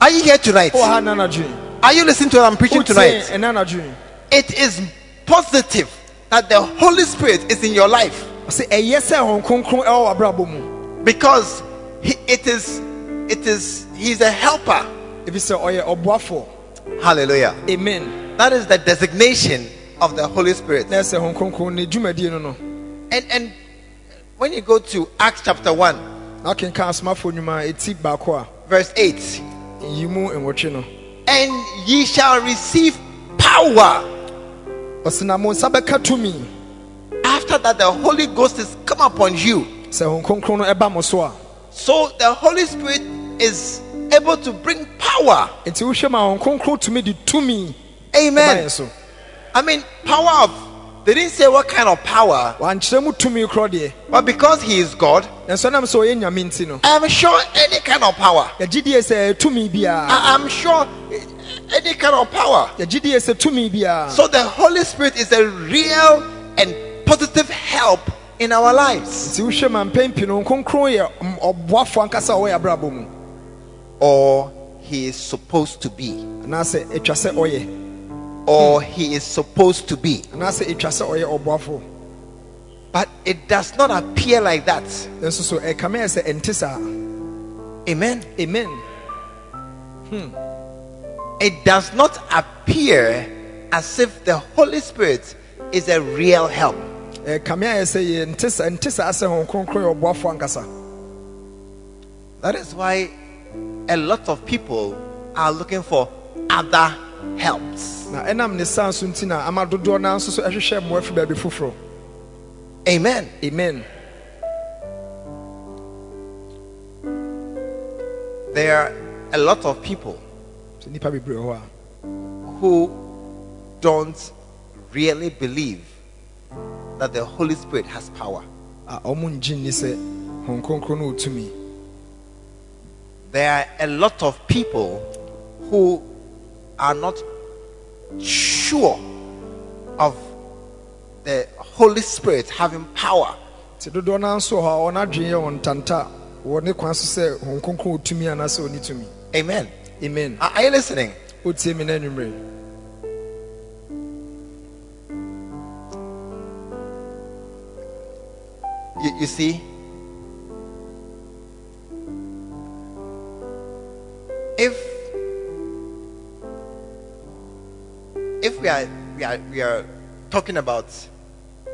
Are you here tonight?
wowɔ ha na anadwo yi
Are you listening to what I'm preaching
Wotie
tonight?
ɛna anadwo yi
It is positive that the Holy Spirit is in your life.
ɔsɛ ɛyɛ sɛ hɔn kronkron ɛwɔ w'abrabɔ mu
because he, it is it is he's a helper
ebi sɛ ɔyɛ ɔboafo
hallelujah
amen
that is the designation of the holy spirit
na ɛsɛ hɔn kronkron ne dwumadie no no
and and when you go to acts chapter 1
na ɔkenka asomafo nnwuma eti baako a
verse 8
yi mu nwɔtwe no
and ye shall receive power
ɔsɛ na mo nsa bɛka tumi
after that the holy ghost is come upon you
sɛ hɔn kronkron no ɛba mo so a
so the holy spirit is able to bring power
eti wohwɛ ma hɔn kronkron tumi de tumi ɛba
amen
yɛn so
i mean power of they didn't say what kind of power
wɔankyerɛ mu tumi korɔ deɛ
but because he is god
nanso ɛnam sɛ ɔyɛ nyame nti no
i'm sure any kind of power
yɛgyidie sɛ tumi biara
I, am sure eh, any kind of power.
yɛgyidie sɛ tumi biara
So the Holy Spirit is a real and positive help in our lives.
eti wohwɛ ma mpɛn pii no hɔn kronkron yɛ mm, ɔboafo ankasa a ɔwɔ yɛabrabɔ mu.
Or he is supposed to be.
anaasɛ atwa sɛ ɔyɛ
Or he is supposed to be.
anaasɛ atwa sɛ ɔyɛ ɔboafo
But it does not appear like that.
nanso so e ɛkame yɛ sɛ ɛnte saa
Amen.
amen
It does not appear as if the Holy Spirit is a real help.
Ɛ, kame a yɛsɛ yɛ nte sa nte saa sɛ Honhom Kronkron yɛ ɔboafoɔ ankasa
That is why a lot of people are looking for other helps.
na ɛnam ne saa nso nti na ama dodoɔ naa nso so ɛhwehwɛ mmoa fi baabi foforɔ
Amen.
amen
There are a lot of people
sɛ nnipa bebree wɔ hɔ a
who don't really believe that the Holy Spirit has power.
a ɔmo ngye nni sɛ Honhom Kronkron no wɔ tumi
There are a lot of people who are not sure of the Holy Spirit having power.
nti dodoɔ naa nso wɔ hɔ a wɔn adwene yɛ wɔn ntanta wɔ ne kwan so sɛ Honhom Kronkron wɔ tumi anaasɛ ɔnni tumi
Amen.
amen
Are are you listening?
wotie me na anwummerɛ
You, you see, if if we are we are we are talking about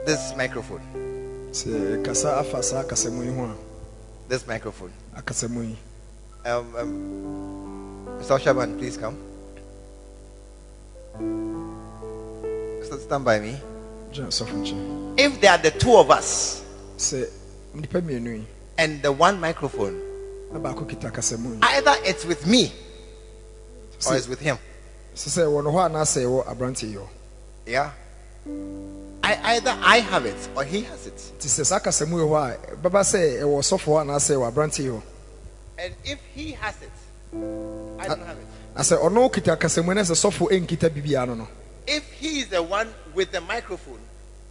this microphone,
sɛ kasa afa saa akasamu yi ho
this microphone,
a akasamu yi
um, um, Mr. Shaban, please come. St- Stand by me.
gyina sɔfo nkyɛn
If there are the two of us
sɛ nnipa mmienu yi
and the one microphone,
na baako kita akasamu yi
either it's with me or
sɛ
it's with him.
sɛ sɛ ɛwɔ no hɔ anaasɛ ɛwɔ aberanteɛ yi hɔ
Yeah. I either I have it or he has it.
nti sɛ saa akasamu yi hɔ a bɛba sɛ ɛwɔ sɔfo hɔ anaasɛ ɛwɔ aberanteɛ yi hɔ
And if he has it, I don't have it.
na sɛ ɔno kita akasamu yi na sɛ sɔfo nkita biribiara no no
If he is the one with the microphone,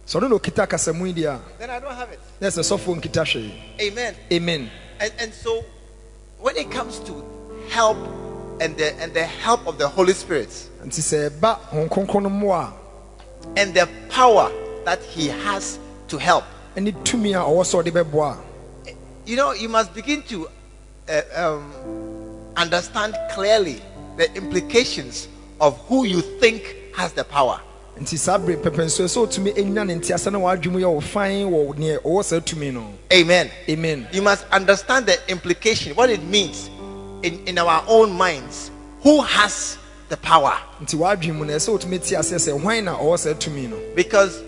sɛ ɔno na ɔkita akasamu yi deɛ a
then I don't have it.
na sɛ sɔfo nkita hwee
Amen.
amen
And and so when it comes to help and the and the help of the Holy Spirit
nti sɛ ɛba Honhom Kronkron no mmoa
and the power that he has to help.
a ɛne tumi a ɔwɔ sɛ ɔde bɛboa
You know, you must begin to uh, um, understand clearly the implications of who you think has the power.
a nti saa bere pɛpɛnsoɛ sɛ ɔtumi ɛnyina ne nteasɛ na wɔadwemu yɛ wo fan wɔ neɛ ɔwɔ saa tumi no
Amen.
amen
You must understand the implication, what it means in, in our own minds. Who has the power?
nti wɔadwene mu no ɛsɛ wotumi te aseɛ sɛ hwan na ɔwɔ saa tumi no
Because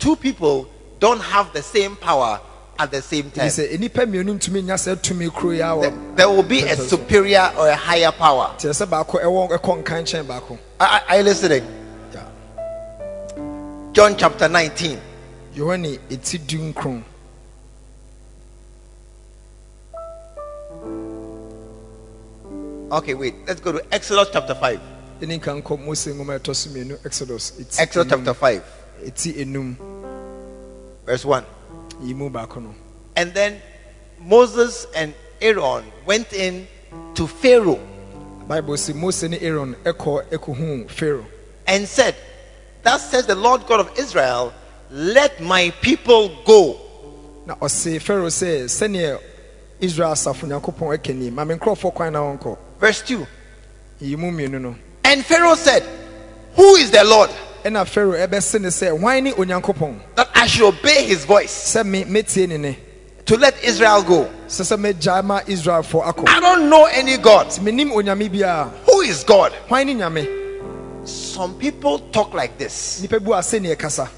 two people don't have the same power at the same time.
ɛfiri sɛ nnipa mmienu ntumi nya saa tumi koro yi a
There,
wɔ
there will *laughs* be a superior or a higher power.
kyerɛ sɛ baako ɛwɔ ɛkɔ nka nkyɛn baako
Are, are you listening?
Yeah.
John chapter 19.
yohane ɛti du nkron
Okay, wait. Let's go to Exodus chapter 5.
ɛne nka nkɔ mose nwoma a ɛtɔ so mmienu exodus ɛti
Exodus
enum-
chapter 5,
ɛti enum
verse 1.
yi mu baako no
And then Moses and Aaron went in to Pharaoh
bible sɛ mose ne aaron ɛkɔ ɛkɔhuu pharaoh
and said, Thus says the Lord God of Israel, let my people go.
na ɔse pharaoh sɛ sɛneɛ israel asafo nyankopɔn ɛka ni ma me nkurɔfoɔ kwan na wɔnkɔ
Verse 2.
yi mu mmienu no
And Pharaoh said, Who is the Lord
ɛna pharaoh ɛbɛse ne sɛ hwan ne onyankopɔn
that I should obey his voice
sɛ me metie ne ne
to let Israel go?
sɛ sɛ megyae ma israelfoɔ akɔ
I don't know any God.
nti menim onyame biara
Who is God?
hwan ne nyame
Some people talk like this.
nnipa bu a sɛneɛ kasa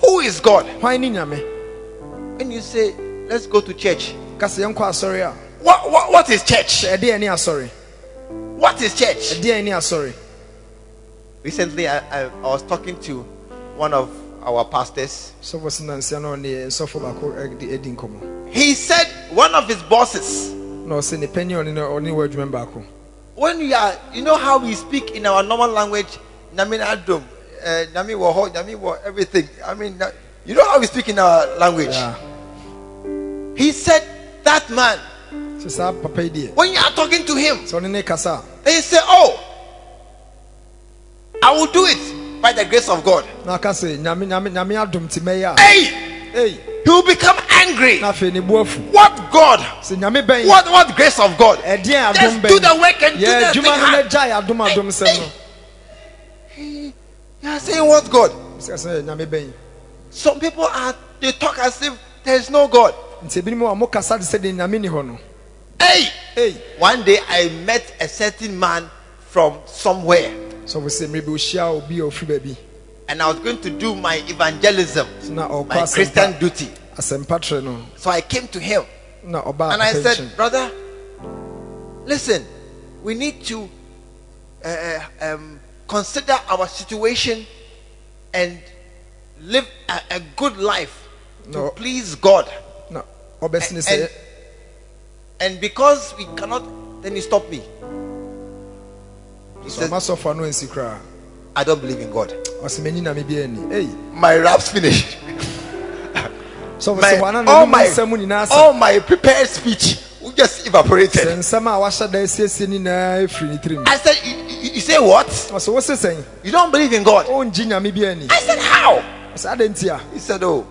Who is God?
hwan ne nyame
When you say, Let's go to church,
kasa yɛnkɔ asɔre a
what, what, what is church?
sɛ ɛdeɛ ne asɔre
What is church?
ɛdeɛ ne asɔre
Recently, I, I, I was talking to one of our pastors.
sɔfo se nansia na ɔne sɔfo baako ɛde- ɛdi nkɔmmɔ
He said, One of his bosses.
na ɔse ne pɛni ɔne ne- ɔne wɔ adwuma baako
when we are you know how we speak in our normal language nyame na adom eh, nyame wɔ hɔ nyame wɔ everything i mean na- you know how we speak in our language
Yeah.
he said that man
sɛ saa papa yi deɛ
when you are talking to him
sɛ ɔne ne kasa
they say oh i will do it by the grace of god
a na aka sɛ nyame nyame nyame adom te mɛyɛ a
hey
ei
he will become angry
na afei ne bo afu
what god
sɛ nyame bɛn
what what grace of god
ɛdeɛn
Just
adom
do the work and do
yɛ
the thing
adwuma no
hard.
na gyae adom adom sɛm no
He- You are saying, What God?
Mesika sɛ nyame bɛn
Some people are, they talk as if there's no God.
nti ebinom a mokasa te sɛ deɛ nyame ni hɔ no
Hey!
ei
One day I met a certain man from somewhere,
sɔfo sɛ mmerɛ bi ohyia obi a ɔfiri baabi
and I was going to do my evangelism,
na ɔkɔ
my
asɛmpa
Christian duty.
asɛmpa trɛ no
So I came to him.
na ɔbaa
And I
attention.
said, Brother, listen, we need to uh, um, consider our situation and live a, a good life to
No.
please God.
na ɔbɛsene
And,
sɛ
and because we cannot, then he stopped me. He
sɛ
says,
masɔfo no ansi koraa
I don't believe in God.
ɔsɛ m'ani na mebia ani ei
My rap's finished.
sɔfo
My-
sɛ wɔana
all,
na
my,
nsɛm nyinaa sɛ
all my prepared speech just
sɛ
evaporated.
nsɛm a wahyɛ da asiesie no nyinaa ɛfiri ne tirim
I said, "You- you, you say what?
ɔsɛ wose sɛn
You don't believe in God?
ɔngye nyame bi ani
I said, How?
ɔsɛ adɛ nti a
He said, Oh,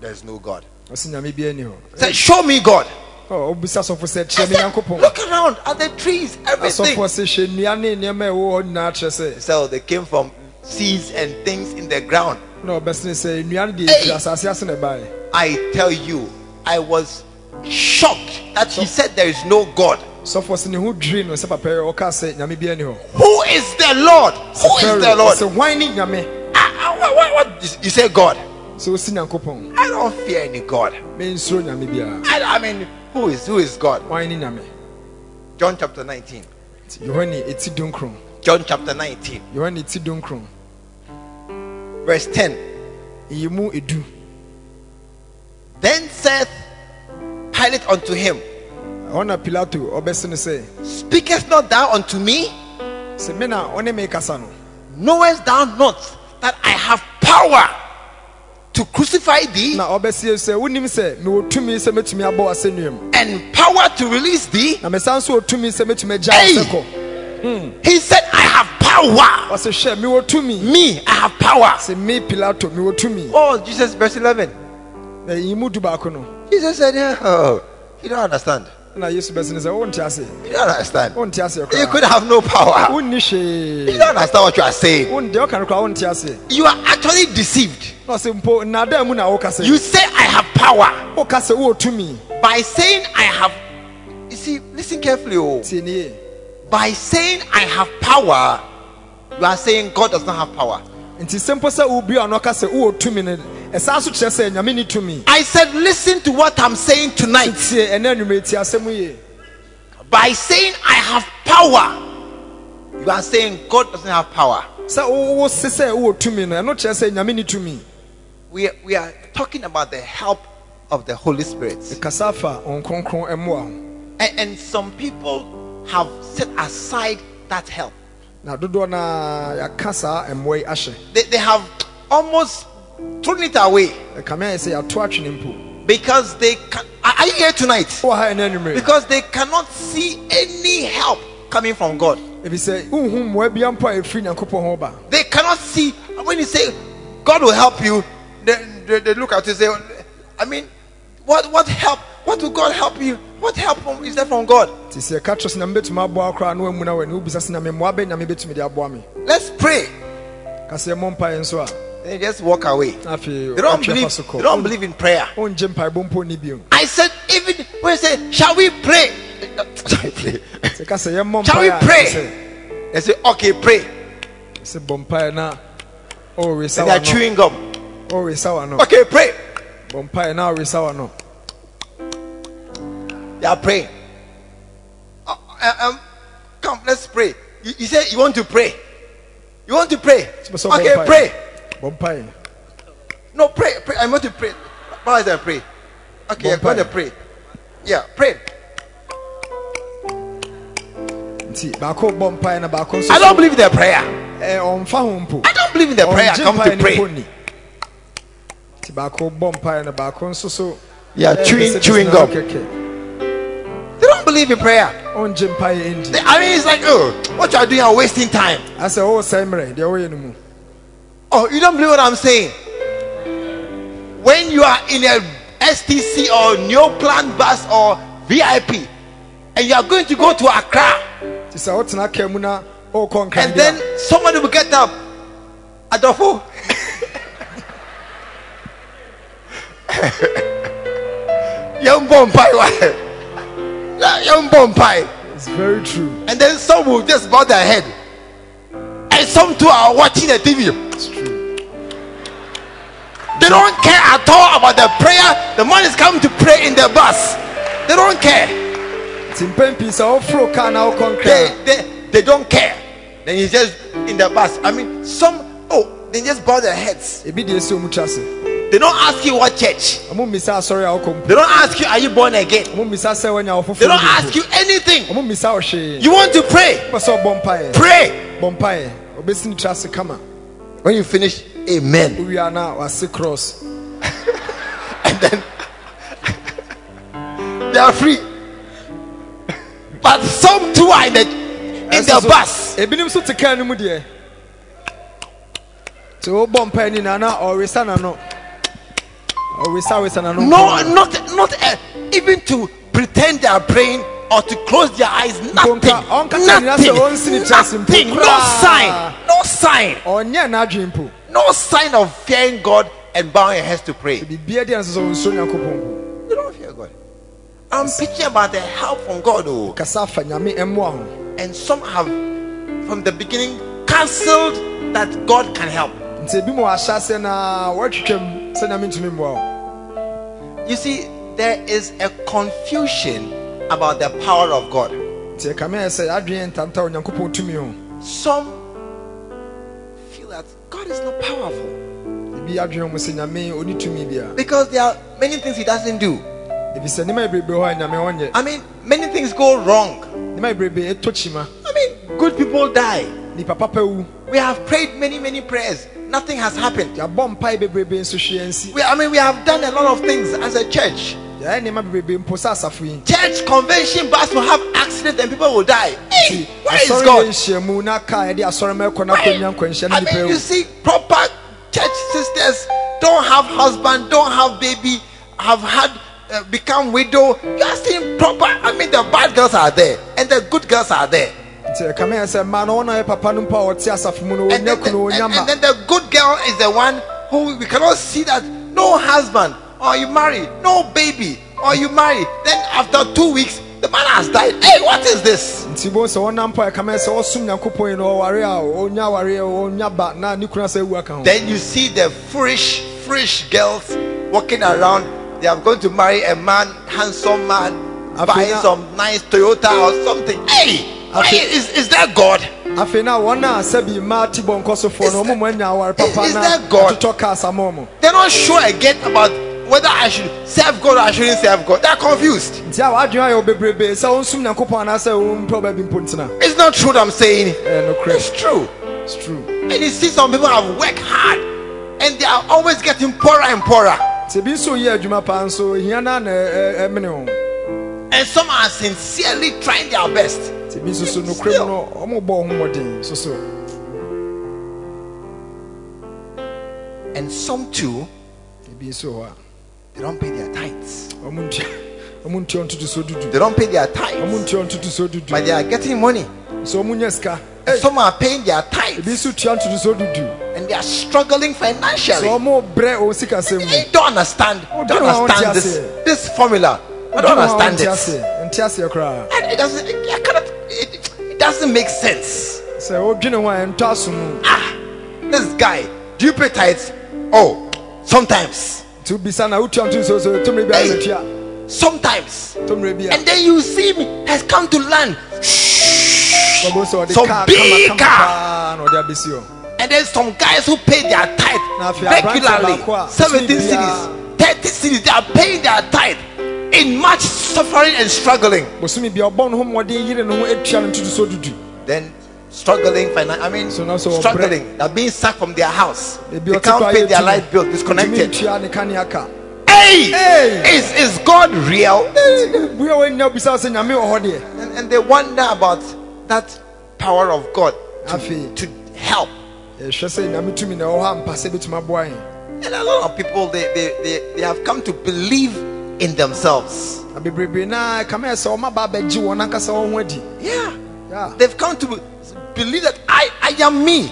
there's no God.
ɔsɛ nyame bi ani hɔ
He said, Show me God.
Ɔ- ɔbisa sɔfo sɛ
I
kyerɛ me
said,
nyankopɔn
Look around at the trees,
asɔfo
everything.
sɛ hwɛ nnua ne nneɛma a ɛwɔ hɔ nyinaa kyerɛ sɛ
So they came from seeds and things in the ground.
na ɔbɛsene sɛ nnua no deɛ
Hey!
ɛfiri asase ase na ɛbaeɛ
I tell you, I was shocked that he said there is no God.
sɔfo sɛ ne ho dwiri no sɛ papɛɛ ɔkaa sɛ nyame bi ani hɔ
Who is the Lord? Who is the
Pharaoh,
Lord?
ɔsɛ hwan ne nyame
Ah, ah, what, what, what? You- You say God.
sɛ ɔsi nyankopɔn
I don't fear any God.
mensuro nyame biara
I, I mean, who is who is God?
hwan ne nyame
John chapter 19.
Nti yohane ɛti dunkron
John chapter 19,
yohane ɛti dunkron
verse 10.
ɛyɛ mu ɛdu
Then saith Pilate unto him,
ɛhɔ na pilato ɔbɛsene sɛ
Speakest not thou unto me?
sɛ me na ɔne me kasa no
Knowest thou not that I have power to crucify thee
na ɔbɛsie sɛ wonim sɛ mewɔ tumi sɛ mɛtumi abɔ w'asɛnnua mu
and power to release thee?
na mesan nso wɔ tumi sɛ mɛtumi agya
Hey!
wo sɛ kɔ
He said, I have power.
ɔse hwɛ mewɔ tumi
Me, I have power.
sɛ me pilato mewɔ tumi
Oh, Jesus, verse 11.
na ɛyi mu du baako no
Jesus said, Oh, you don't understand.
na yesu bɛsene sɛ wonte ase
You don't understand.
wonte aseɛ
You
koraa
could have no power.
wonni
You
hwee
don't understand what you are saying.
wonde ɔka no koraa wonte aseɛ
You are actually deceived.
na ɔse mpo nnaadaa mu na woka
You
sɛ
say, I have power.
woka sɛ wowɔ tumi
By saying, I have. You see, listen carefully. Oh.
tie ne yie
By saying, I have power, you are saying God does not have power.
nti sɛ mpo sɛ wobia no ɔka sɛ wowɔ tumi no ɛsaa so kyerɛ sɛ nyame ne tumi
I said, listen to what I'm saying tonight.
tie ɛne anwuma tie asɛm yie
By saying I have power, you are saying God doesn't have power.
sɛ wowɔ se sɛ wowɔ tumi no ɛno kyerɛ sɛ nyame ne tumi
We, we are talking about the help of the Holy Spirit.
kasa fa ɔn kronkron ɛmoa ho
And, and some people have set aside that help.
na dodoɔ na yɛaka saa ɛmoa yi ahyɛ
They, they have almost thrown it away
ɛkame ayɛ sɛ yɛato atwene mpo
because they can. Are are you here tonight?
wowɔ ha ɛna anwummere
Because they cannot see any help coming from God.
ɛfisɛ wohu mmoa bia mpo a ɛfiri nyankopɔn ho ba
They cannot see. When you say God will help you, they, they, they look at you and say, I mean, what, what help? What will God help you? What help from- is there from God?
nti sɛ yɛka kyerɛ sɛ nyame bɛtumi aboa wo koraa na wamu na w'ani wobisa sɛ nyame mmoa bɛ nyame bɛtumi de aboa me
Let's pray.
ka sɛ yɛmmɔ mpaeɛ nso a
They just walk away.
na afei
They don't,
ɔtwe fa
believe,
so
they don't
kɔ
believe in prayer.
wongye mpaebɔ mpo nni bio
I said, even when you say, Shall we pray? *laughs* Shall we pray?
sɛ ka sɛ yɛmmɔ
Shall we
mpaeɛ a ɛsɛ
pray? They say, Okay, pray.
sɛ bɔ mpaeɛ na Oh, ɔwesa
They are
wano
chewing gum.
ɔwesa wano
Okay, pray.
bɔ mpaeɛ na ɔwesa wano
They are praying. Uh, uh, um, come, let's pray. You, you say you want to pray. You want to pray.
Sɛ bɔ
Okay,
mpaeɛ.
pray.
bɔ mpaeɛ
No, pray, pray. I'm going to pray. Why is that pray? Okay, I'm
Bon
going to pray. Yeah, pray.
nti baako bɔ mpaeɛ na baako nso
I don't believe in the prayer.
Eh, ɔmfa ho mpo
I don't believe in the prayer.
Ɔngye
Come
mpaeɛ
to
no mpo
pray.
nni. nti baako bɔ mpaeɛ na baako nso so
Yeah,
eh,
chewing-
bɛsɛ- bɛsɛ
chewing
na
gum.
ɔkɛkɛ.
They don't believe in prayer.
ɔngye mpaeɛ
They-
ɛndi
I mean, it's like, oh, what you are doing, you're wasting time.
asɛ wɔwɔ sɛe mmerɛ deɛ wɔyɛ no mu
Oh, you don't believe what I'm saying. When you are in a STC or new plan bus or VIP, and you are going to go to Accra,
nti sɛ wotena ka mu na ɔrekɔ nkran
and
bi a
then somebody will get up. Adolfo. *laughs* Young bomb pie. Young bomb pie.
It's very true.
And then some will just bow their head. And some too are watching the TV.
It's true.
They don't care at all about the prayer. The man is coming to pray in the bus. They don't care.
It's in pain peace. All fro can now
They,
conquer.
they, they don't care. Then he's just in the bus. I mean, some, oh, they just bow their heads.
Ebi di esi omu chase.
They don't ask you what church.
Omu misa asori a okom.
They don't ask you, are you born again?
Omu misa se wanya ofofo.
They don't ask you anything.
Omu misa oshe.
You want to pray?
Pasa bompae.
Pray.
Bompae. Obesi ni chase kama.
When you finish, amen. *laughs*
Owi ana wasi cross.
And then *laughs* they are free. But some two are in the, in the bus.
Ebinim so te kan no mu de. Te o bompae ni na na orisa na no. Orisa wisa na no.
No, not not uh, even to pretend they are praying or to close their eyes. Nothing.
Onka- onka- onka-
Nothing.
onka-
nothing. No sign. No sign.
Ɔnyɛ n'adwene mpo.
No sign of fearing God and bowing your heads to pray.
Bibia di anso so nso Nyankopɔn.
You don't fear God. I'm preaching about the help from God, oh.
Kasa fa Nyame ɛmmoa ho.
and some have from the beginning cancelled that God can help.
nti ebi mu ahyɛ ase na wɔtwitwam sɛ nyame ntumi mmoa wo
You see, there is a confusion about the power of God.
nti ɛkame ɛ sɛ adwene ntanta onyankopɔn tumi ho
Some feel that God is not powerful
ebi adwene mu sɛ nyame ɔni tumi bia
because there are many things He doesn't do.
ebisɛ nneɛma bebrebe hɔ a nyame ɔnyɛ
I mean, many things go wrong.
nneɛma bebrebe ɛtɔ kyima
I mean, good people die.
nipa papa wu
We have prayed many, many prayers, nothing has happened.
yɛabɔ mpae bebrebe nso hwee ansi
We, I mean, we have done a lot of things as a church.
yɛayɛ nneɛma bebrebe mpo sɛ asafo yi
church convention bus will have accidents and people will die. Hey, where is
asɔre
God?
yɛ nhyiamu na kaa yɛde asɔre ma ɛkɔ na akɔnya nkwanhyia no
I
nipa
mean, you
wu
see, proper church sisters don't have husband, don't have baby, have had uh, become widow. You are seeing proper. I mean, the bad girls are there and the good girls are there,
nti ɛkame ɛ sɛ mmaa no wɔn a ɔyɛ papa no mpo a wɔte asafo mu no
and then,
wɔnya
the,
kunu wɔnya
and,
ma
and then the good girl is the one who we cannot see that no husband or you marry, no baby or you marry. Then after two weeks, the man has died. Hey, what is this?
nti bo sɛ wɔnam mpo a ɛkame ɛ sɛ wɔsom nyankopɔn yi no ɔware a ɔnya aware ɔnya ba na ne kunu asɛ awu aka ho
Then you see the foolish, foolish girls walking around. They are going to marry a man, handsome man,
Afei
buying
na-
some nice Toyota or something. Hey, why
Afei-
is, is that God?
afei na wɔn a sɛbi mmaa ti bɔ nkɔsofoɔ no
Is
wɔn mu anya aware papa
is
na
that God?
atotɔ cars ama wɔn
They're not sure again about whether I should serve God or I shouldn't serve God. They're confused.
nti a wadua yɛ bebrebe sɛ wɔn sum nyankopɔn anaasɛ wɔn mpɛ ɔbɛ bi mpo ntena
It's not true what I'm saying.
ɛɛ no
It's
correct
true.
it's true
And you see, some people have worked hard and they are always getting poorer and poorer.
nti ebi nso yɛ adwuma paa nso hia na na ɛɛ ɛmene wɔn
And some are sincerely trying their best.
nti ebi nso so nokura mu no wɔn bɔ ɔho mmɔden soso
And some too,
ebi nso wɔ hɔ
they don't pay their tithes.
a wɔn ntua wɔn ntua ntutu so dudu
They don't pay their
wɔn
tithes,
ntua ntutu so dudu
but they are getting money.
so wɔn nyɛ sika
And
Hey,
some are paying their
ebi
tithes
nso tua ntutu so dudu
and they are struggling
so
financially.
wɔn brɛ wɔn sika sɛm mu.
I don't understand.
Oh,
Don't
do you want
understand
to
this
say?
this formula. I don't understand
nte
it.
aseɛ nte aseɛ koraa
And It doesn't. I cannot. It, it doesn't make sense.
sɛ wodwene ho a ɛntɔ aso mu
Ah, this guy. Do you pay tithes? Oh, sometimes.
nti wobisa na wotua nto so so tommerɛ bi
Hey.
ayɛtua
Sometimes.
tommerɛ bi a
And then you see me has come to land,
babo sɛ ɔde
some
kaa
big
kamakama
car.
paa na ɔde abɛsi hɔ
and then some guys who pay their
Na
tithe
afei, aberante
regularly,
baako a,
17
tumi
cities,
biara-
30 cities, they are paying their tithe in much suffering and struggling.
bosome bia ɔbɔ no ho mmɔden yere ne ho atua no ntoto so dudu
Then struggling finan- I mean,
So now, so
struggling. They're being sacked from their house.
Ebi
they
ɔte
can't
koraa
pay
yɛ
their
tumi.
light bill. Disconnected.
Ɔtumi ntua ne kanea ka
Hey,
Hey!
Is, is God real?
bia wɔnya bisa sɛ nyame wɔ hɔ deɛ
And, and they wonder about that power of God
afei
to help.
ɛhwɛ sɛ nyame tumi na ɛwɔ hɔ ampa sɛ bɛtumi aboa yɛn
And a lot of people they, they, they, they have come to believe in themselves.
na bebrebe na kama ɛ sɛ ɔma ba bɛgye wɔn ankasa wɔn ho adi
Yeah.
Yeah.
They've come to believe that I, I am me.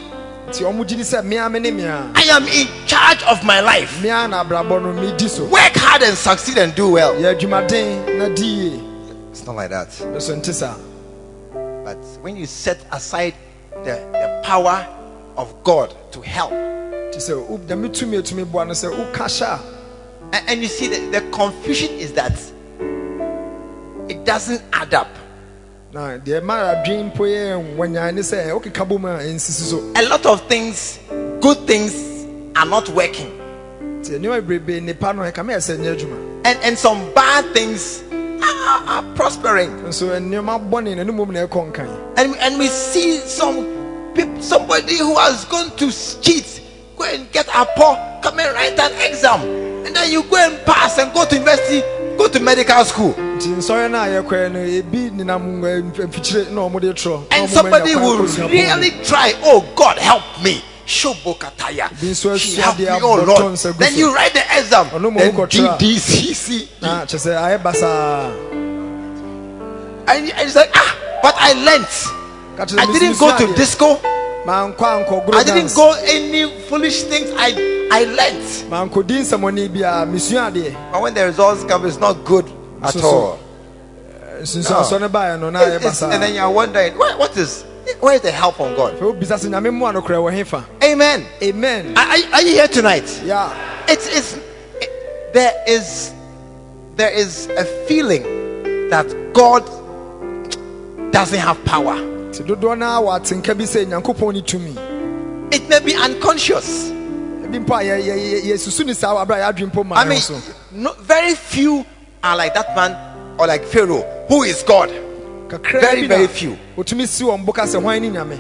nti ɔmo gyi di sɛ mmea me ne mmea
I am in charge of my life.
mmea na abrabɔ no medi so
Work hard and succeed and do well.
yɛ adwumaden na di yie
It's not like that.
nso nte saa
But when you set aside the, the power of God to help, a-
nti sɛ wo- dɛme tumi a ɛtumi boa no sɛ woka hyɛ a
and, you see the, the confusion is that it doesn't add up.
na deɛ ma adwen mpo yɛ wɔnyaa ne sɛ wokeka bom a ɛnsisi so
A lot of things, good things, are not working,
nti nneɛma bebrebe nnipa no ɛka meyɛ sɛ nyɛ adwuma
and, and some bad things are, are- are prospering.
nso nneɛma bɔne na ne mmom na ɛkɔ nkan
And, and we see some peop- somebody who has gone to cheat, go and get a poor, come and write an exam, and then you go and pass and go to university, go to medical school.
nti nsɔre no a yɛkɔɛ no ebi nenam ɛ, eh, mf- mfikyire na ɔmode trɔ na
And
ɔmo
somebody
manya
will
kwan kɔ Singapore.
really try, oh God, help me. Shobokataya.
Bi nso
She
asua
helped me,
deɛ
oh
abɔtɔ
Lord.
nsa gu
Then
so.
you write the exam.
Ɔno ma
Then
wokɔtra.
DDCC.
na kyɛ sɛ ayɛ basaa
And and it's like, ah, but I learnt.
Ka kyerɛ
I
me
didn't
sisi
go to
adeɛ.
disco.
mankɔ ankɔgoro
I didn't
dance.
go any foolish things. I I learnt.
mankɔdi nsɛmɔne biara mesua adeɛ
But when the results come, it's not good at
So, Ah, so.
all.
nsunsu
No.
asɔ ne baeɛ no na
It's-
ayɛ
it's- and then
basaa
you're wondering, what, what is, where is the help from God?
wobisa sɛ nyame mmoa nokorɛ wɔ hefa
Amen.
amen
Are, are- are you here tonight?
ya
It's, it's, it- there is, there is a feeling that God doesn't have power.
nti dodoɔ no a wɔatenka bi sɛ nyankopɔn ne tumi
It may be unconscious.
ebi mpo a yɛ- yɛ- yɛ- yɛsusu ne saa wɔ aberɛ a yɛadwe mpo ma
I
yɛn
mean,
so
no, very few are like that man or like Pharaoh, who is God. very,
kakra bi
very
na
few.
wɔtumi si wɔn bo ka sɛ hwan ne nyame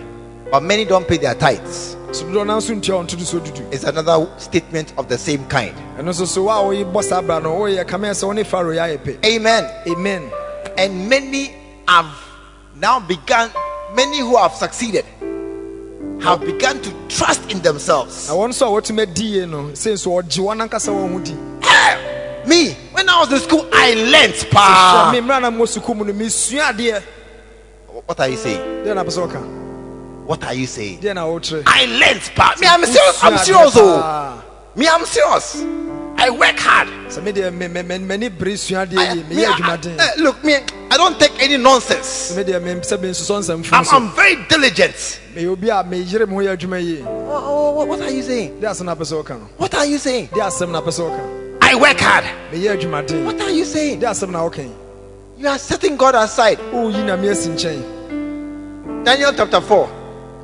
But many don't pay their tithes.
so dodoɔ no nso ntua wɔn to do so dudu
It's another statement of the same kind.
ɛno nso so wo a woyi bɔ saa bra no oh, woyɛ kameɛ sɛ wo ne faro yɛ ayɛ pɛ
Amen.
amen
and many have now begun many who have succeeded have begun to trust in
na
themselves
wɔn nso a wɔtumi adi yie eh, no sei nso wɔgye wɔn ankasa wɔn ho di
Eh, me when i was in school i learnt
sɛ me
pa
mmra na mmɔ sukuu mu no ah, mesua adeɛ
what are you saying
deɛ na pɛ sɛ ɔka
what are you saying
deɛ na wokyerɛ
i learnt pa Ah, me i'm serious
ah,
i'm serious oh me i'm serious i work hard
sɛ medeɛ ah. me- me- me- m'ani bere sua
I-
adeɛ yie
me,
meyɛ
I-
adwumaden
I- eh, look me i don't take any nonsense
medeɛ me- sɛ mensusɔ nsɛm funu
i'm,
so
I'm very diligent
meyɛ obi a meyere me ho yɛ adwuma yie
Oh, oh, what- what are you saying
deɛ asɛm na pɛ sɛ ɔka no
what are you saying
deɛ asɛm na pɛ sɛ ɔka
i work hard
meyɛ adwumaden
what are you saying
deɛ asɛm na woka
you are setting god aside
woyi nyame asi nkyɛn
Daniel chapter 4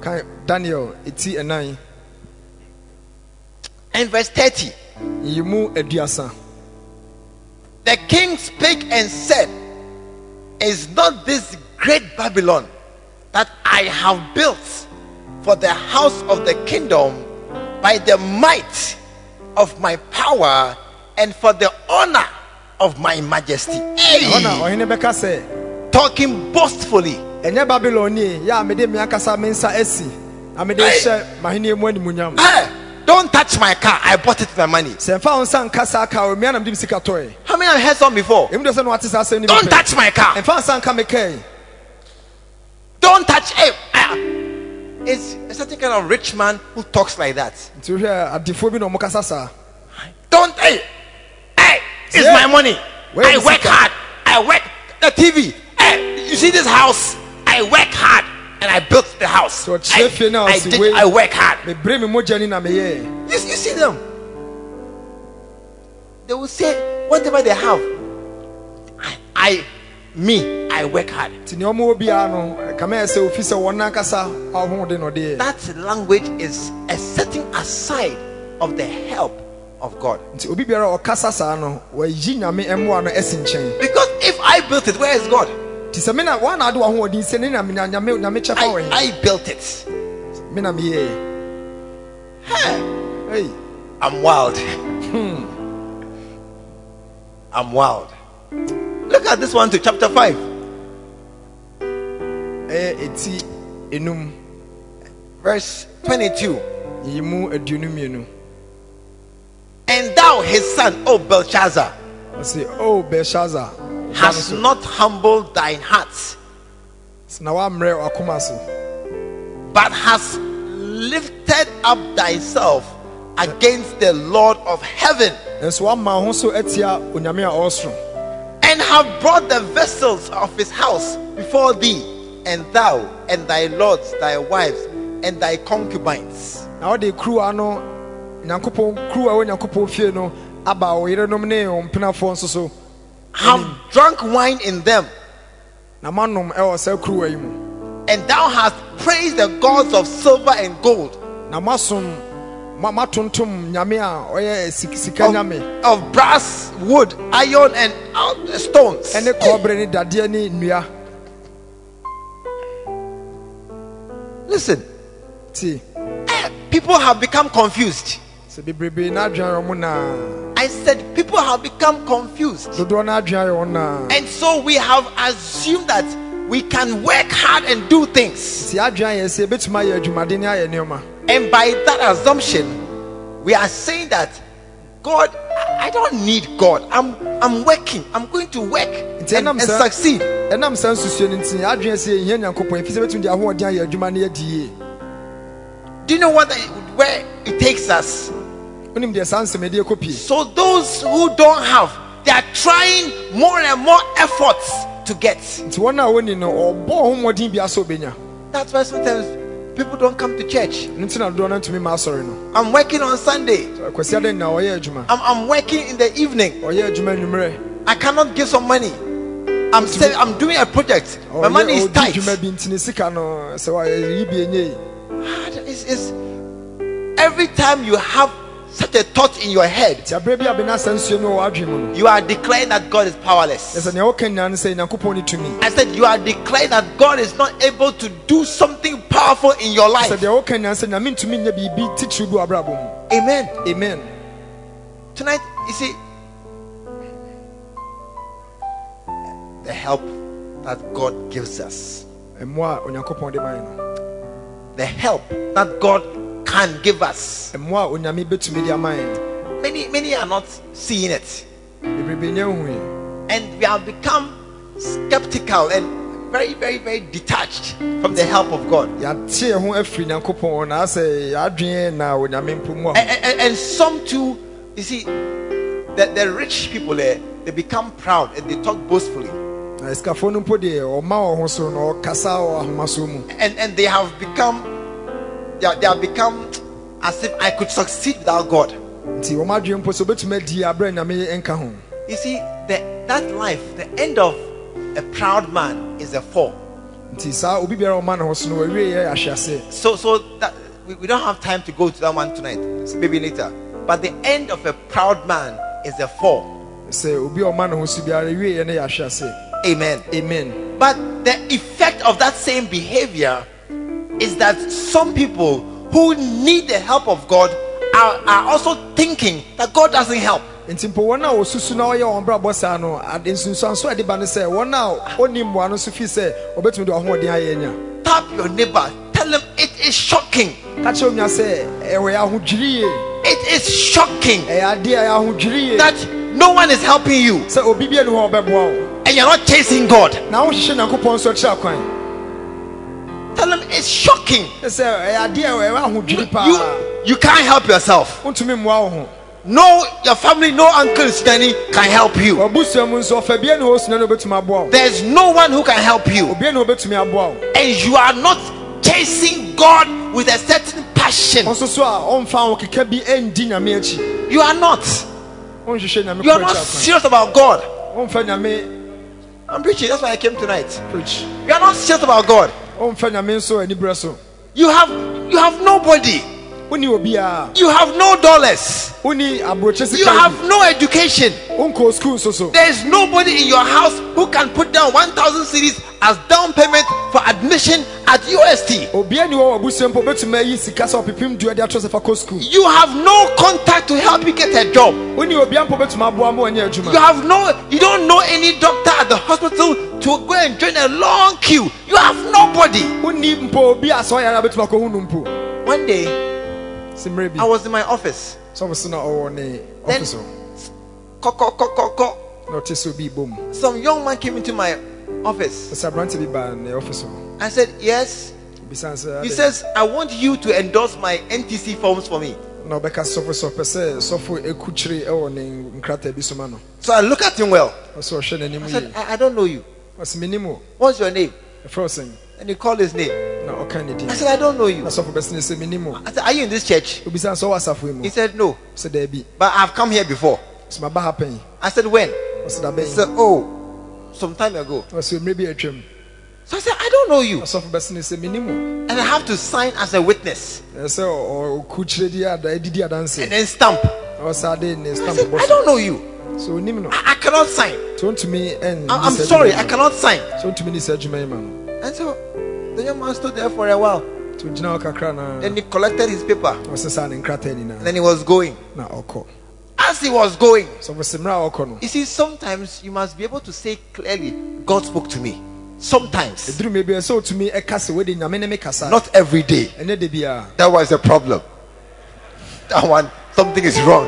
ka daniel ɛti ɛnan
and verse 30.
yi mu aduasa
The king spake and said, Is not this great Babylon that I have built for the house of the kingdom by the might of my power and for the honor of my majesty?
ɛhɔ na
Hey!
ɔhene bɛka sɛ
Talking boastfully.
ɛnyɛ babylon nie yɛ a mede me ankasa me nsa asi na mede
Hey.
hyɛ mahenneɛ mu animuonyam
Hey! "Eh, Don't touch my car. I bought it with my money.
sɛ mfa wo nsa nka saa ka o mia nam de me sika tɔe
How many have heard some before?
ɛmu deɛ sɛ na wate saa asɛm no bi
Don't
pɛ.
touch my car.
ɛmfa nsa nka me kae
Don't touch him. Ah. It's a certain kind of rich man who talks like that.
nti wohwɛ adefoɔ bi na ɔmo kasa saa
Don't hey, hey, it's
Yeah.
my money.
Where
I
is
work
it?
hard. I work the TV. Hey, you see this house? I work hard and I built the house.
So it's
I,
safe here now,
I
see,
did.
wait.
I work hard.
mebere me mogya ni na meyɛɛ
You, you see them? They will say whatever they have. I, I me, I work hard.
nti nea ɔmowɔ biara no kamayɛ sɛ ofi sɛ wɔn ankasa ahoɔden na ɔdeɛ
That language is a setting aside of the help of God.
nti obi biara a ɔkasa saa no wayi nyame mmoa no asi nkyɛn
Because if I built it, where is God?
nti sɛ mena woana ade wahoɔden sɛ ne na menya- nyame nyame kyɛ pa wɔ
I, I built it.
he me na meyɛɛ
Hey,
ei
I'm wild. *laughs* I'm wild. Look at this one to chapter 5,
ɛyɛ ɛti e, enum
verse 22.
yi mu aduonu mmienu
And thou, his son, O Belshazzar,
ɔse o belshaza
hast not humbled thine heart,
na woammerɛ wakoma so
but hast lifted up thyself against the Lord of heaven
nanso woama wo ho so atia onyame a ɔresoro
and have brought the vessels of his house before thee, and thou, and thy lords, thy wives, and thy concubines.
na wode kuruwa no nyankopɔn kuruwa wɔ nyankopɔn fie no aba wo yerenom ne wo mpenafoɔ nso so
Have drunk wine in them,
na e, moanom ɛwɔ saa kuruwa yi mu
and thou hast praised the gods of silver and gold,
na moasom mo- moatontom nyame a ɔyɛ sik- sika
of,
nyame
of brass, wood, iron, and uh, stones.
ɛne kɔbere ne dadeɛ ne nnua
Listen,
ti
eh, people have become confused.
sɛ bebrebe na adwene yɛ mo naa
I said, people have become confused.
dodoɔ no adwene yɛ wo naa
And so we have assumed that we can work hard and do things.
ti adwene yɛ sɛ yɛbɛtumi ayɛ adwumaden ne ayɛ nneɛma
And by that assumption, we are saying that God, I I don't need God. I'm I'm working. I'm going to work and,
Nti ɛnam
and
saa-
succeed.
ɛnam saa nsusuo no nti adwene sɛ yɛhia nyankopɔn ɛfiri sɛ bɛtumi de ahoɔden ayɛ adwuma no yɛdi yie
Do you know what I- where it takes us?
wonim deɛ saa nsɛm ɛde ɛkɔ pie
So those who don't have, they are trying more and more efforts to get.
nti wɔn a wɔni no ɔbɔ ho mmɔden bia sɛ ɔbɛnya
That's why sometimes people don't come to church.
no nti na dodoɔ no ntumi ma asɔre no
I'm working on Sunday.
kwasi adan na ɔyɛ adwuma
I'm, I'm working in the evening.
ɔyɛ adwuma anwummerɛ
I cannot give some money. I'm sa- I'm doing a project. My
Ɔyɛ-
money is
ɔdi
tight.
adwuma bi nti ne sika no sɛ wayɛ yi bi ɛnyɛ yi
God, It's, it's, every time you have such a thought in your head,
nti aberɛ bi a bɛna saa nsuo no wɔ adwene mu no
you are declaring that God is
ɛ
powerless.
sɛ nea wɔka nyinaa no sɛ nyankopɔn ne tumi
I said, You are declaring that God is not able to do something powerful in your
sɛ
life.
deɛ wɔka nyinaa sɛ nyame ntumi nyɛ biribi titiriw bi wɔ abrabɔ mu
Amen.
amen
Tonight, you see, the help that God gives us,
mmoa a onyankopɔn de mae no
the help that God can give us.
mmoa a onyame bɛtumi de amae no
Many, many are not seeing it.
bebrebe nyɛ hue
and we have become skeptical and very, very, very detached from the help of God.
yɛate yɛ ho afiri nyankopɔn na asɛ yɛadwene na onyame mpo mu
And,
a
and, and some too, you see, the, the rich people there, they become proud and they talk boastfully.
na asikafoɔ no mpo deɛ ɔma wɔ ho so na ɔkasa wɔ ahomasoɔ mu
And, and they have become, they, are- they have become as if I could succeed without God.
nti wɔn adwene mpo so obɛtumi adi abrɛ nyame nka ho
You see, the, that life, the end of a proud man is a fall.
nti saa obi biara a ɔma ne ho so no wɔawie yɛ ahwease
So, so that we, we don't have time to go to that one tonight. So maybe later. But the end of a proud man is a fall.
sɛ obi a ɔma ne ho so biara wie yɛ no yɛ ahwease
Amen.
amen
But the effect of that same behavior is that some people who need the help of God are, are also thinking that God doesn't help.
nti mpo wɔn a wɔsusu na wɔyɛ wɔn brabɔ saa no ade nsunsuanso a ɛde ba ne sɛ wɔn a ɔni mmoa no so fi sɛ ɔbɛtumi de ɔhoɔden ayɛ nya
Tap your neighbor. Tell him it is shocking.
ka kyerɛ onua sɛ ɛwɔ yɛ ahodwiri yie
It is shocking
ɛyɛ adeɛ a ɛyɛ ahodwiri yie
that no one is helping you
sɛ obi bi ani hɔ a ɔbɛboa wo
and you're not chasing God.
na wohyehyɛ nyankopɔn nso akyerɛ kwan
Tell him it's shocking.
ɛ sɛ ɛyɛ adeɛ a ɛwɔ ahodwiri paa
You, you can't help yourself.
wontumi mmoa wo ho
No, your family, no uncle is standing can help you.
ɔbusua mu nso ɔfa bia ne ɔsua ne ɔbɛtumi aboa wo
There's no one who can help you.
obia ne ɔbɛtumi aboa wo
And you are not chasing God with a certain passion.
ɔnso so a ɔmfa wo keka bi ɛndi nyame akyi
You are not.
ɔnhwehwɛ nyame
You are not
kɔkyerɛ
serious about God.
kwan ɔmfa nyame
I'm preaching. That's why I came tonight.
preach
You are not serious about God.
ɔmfa nyame nso aniberɛ so
You have you have nobody.
woni obiaa
You have no dollars.
woni aborɔkyɛ
You
sika
have no education.
bi, wonkɔɔ skul so so
There's nobody in your house who can put down 1,000 cities as down payment for admission at UST.
obia ni wɔ wɔ abusua mpo ɔbɛtumi ayi sika sɛ ɔpepem dua de akyerɛ sɛ fa kɔ skul
You have no contact to help you get a job.
woni obia mpo ɔbɛtumi aboa ma ɔnyɛ
You
adwuma
have no, you don't know any doctor at the hospital to go and join a long queue. You have nobody.
woni mpo obi a sɛ ɔyare a bɛtumi akɔhu no mpo
One day,
simmerɛ
I
bi
was in my office.
sɛ ɔmo so na ɔwɔ ne
Then-
ɔfice hɔ
Kok, kok, kok, kok, kok.
na ɔte sɛ obi bɔ mu
Some young man came into my office.
sɛ aberante bi baa ne ɔfice hɔ
I said, Yes,
Besides, sɛ
He
ade-
says, I want you to endorse my NTC forms for me.
na ɔbɛka sɔfo sɛ ɔpɛ sɛ sɔfo ekukyire ɛwɔ ne nkrataa bi so ma no
So I look at him well.
ɔsɛ ɔhwɛ n'anim
I said,
yie
I, I don't know you.
ɔsɛ menim wo
What's your name?
ɛfrɛ wo sɛn
And he called his name.
na ɔka ne din
I said, I don't know you.
na sɔfo bɛsene sɛ menim wo
I said, Are you in this church?
obisa sɛ ɔwɔ asafo yi mu
He said, No,
sɛ daabi
but I've come here before.
sɛ maba ha pɛn
I said, When?
ɔsɛ da
He said,
bɛn
Oh, some time ago.
ɔsɛ mmerɛ bi atwam
So I said, I don't know you.
ɔsɔfo bɛsene sɛ menim wo
And I have to sign as a witness
ɛɛ sɛ ɔ- ɔkukyire di ada ɛdidi adanse
and then stamp.
ɔsɛ ade ne
I
stamp
said,
bɔ
I
so
don't know you.
sɛ onim no
I, I cannot sign.
sɛ ontumi ɛn
I, I'm sorry, I cannot sign.
sɛ ontumi ne sɛ adwuma yi ma no
And so the young man stood there for a while.
nti ogyina hɔ kakra
Then
na
he collected his paper.
ɔsɛ saa ne nkrataa
And
nyinaa
then he was going.
na ɔkɔ
As he was going,
sɔfo sɛ mmerɛ a ɔkɔ no
you see, sometimes you must be able to say clearly, God spoke to me. Sometimes,
ɛduru mmɛ bi sɛ ɔtumi ɛka sɛ wode nyame ne me kasa
not every day.
ɛnɛ da biaa
That was the problem. That one, something is wrong.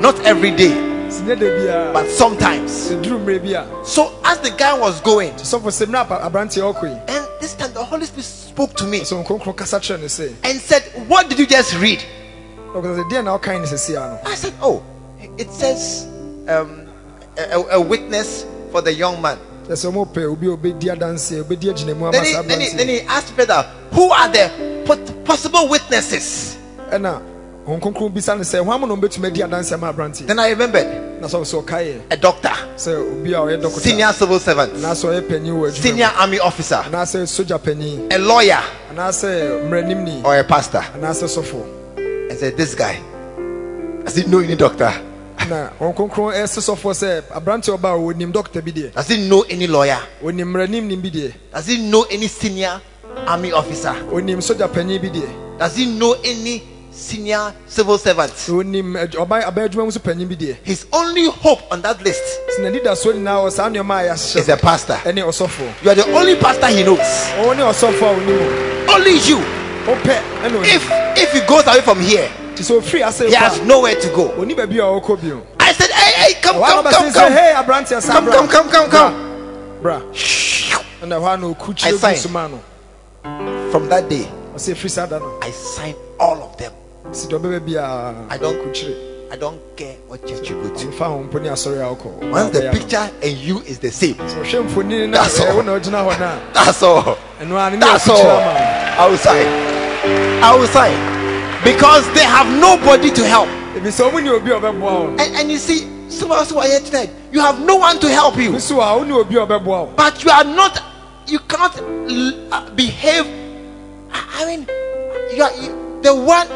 Not every day,
sɛ nɛ da biaa
but sometimes.
ɛduru mmerɛ bi a
So as the guy was going,
sɔfo sɛ mmerɛ a aberanteɛ ɔkɔ yi
and this time the Holy Spirit spoke to me
sɛ ɔnkronkron kasa kyerɛ no sɛ
and said, What did you just read?
ɔkasa sɛ deɛ na ɔkae ne sesia no
I said, Oh, it says um, a, a- a witness for the young man.
ɛ sɛ ɔmopɛ obi a obɛdi adanseɛ obɛdi agyinamu ama
Then he,
saa
then, he, then
aberanteɛ
he asked Peter, Who are the pot- possible witnesses?
ɛna ɔnkronkron bisa no sɛ hwan mu na ɔmbɛtumi adi adanseɛ ma aberanteɛ
Then I remembered
na sɔfo sɛ ɔkaeɛ
a doctor,
sɛ obi a ɔyɛ dɔkota
senior civil servant,
anaasɛ ɔyɛ panyin wɔ
senior
adwuma
army officer,
mu anaasɛ sogya panyin
a lawyer,
anaasɛ mmerɛnimni
or a pastor.
anaasɛ sɔfo
I said, This guy. Does he know any doctor?
na ɔnkronkron ɛse sɔfoɔ sɛ aberanteɛ ɔba a ɔnim dɔkta bi deɛ
Does he know any lawyer?
ɔnim mmerɛnimni bi deɛ
Does he know any senior army officer?
ɔnim sogya panyin bi deɛ
Does he know any senior civil servant?
ɔnim ad- ɔba aba adwuma mu so panyin bi deɛ
His only hope on that list
sɛ n'anidasoɔ nyinaa wɔ saa nneɛma a
is a
yɛahyɛ
pastor.
ɛne ɔsɔfoɔ
You are the only pastor he knows.
ɔwɔ ne ɔsɔfo a ɔnim o
Only you.
wopɛ ɛna
If
ɔnim
if he goes away from here,
nti sɛ ɔfiri ase
he has
kɔ
nowhere to go.
a ɔni baabi a ɔkɔ bio
I said, Hey, hey, come,
ɔwa
come,
na
come,
ɔbɛsen sɛ
come.
hei aberanteɛ saa
Come,
bra
come, come, come, come.
bra ɛna hɔ a na
I
ɔkukyire
sign.
bi soma no
From that day,
ɔsɛ ɛfiri saa da no
I signed all of them.
si deɛ ɔbɛba biaa
I don't I don't care what church you go to.
mfa ho mpo ne asɔre a ɔkɔ
Once the
Ɔbɛyɛ no.
picture and you is the same.
Sɛ ɔhwɛ mfonini no
That's all.
ɛwo na ɔgyina hɔ no a
That's all.
ɛno ara ne ne
That's all.
ɔkukyire ama
I will sign. I will sign. Because they have nobody to help.
wo ebisɛ ɔmo ne obi a ɔbɛboa wo
And, and you see, so also what here tonight, you have no one to help you.
nso a wo ne obi a ɔbɛboa wo
But you are not, you cannot l- uh, behave. I, I mean, you are you, the one,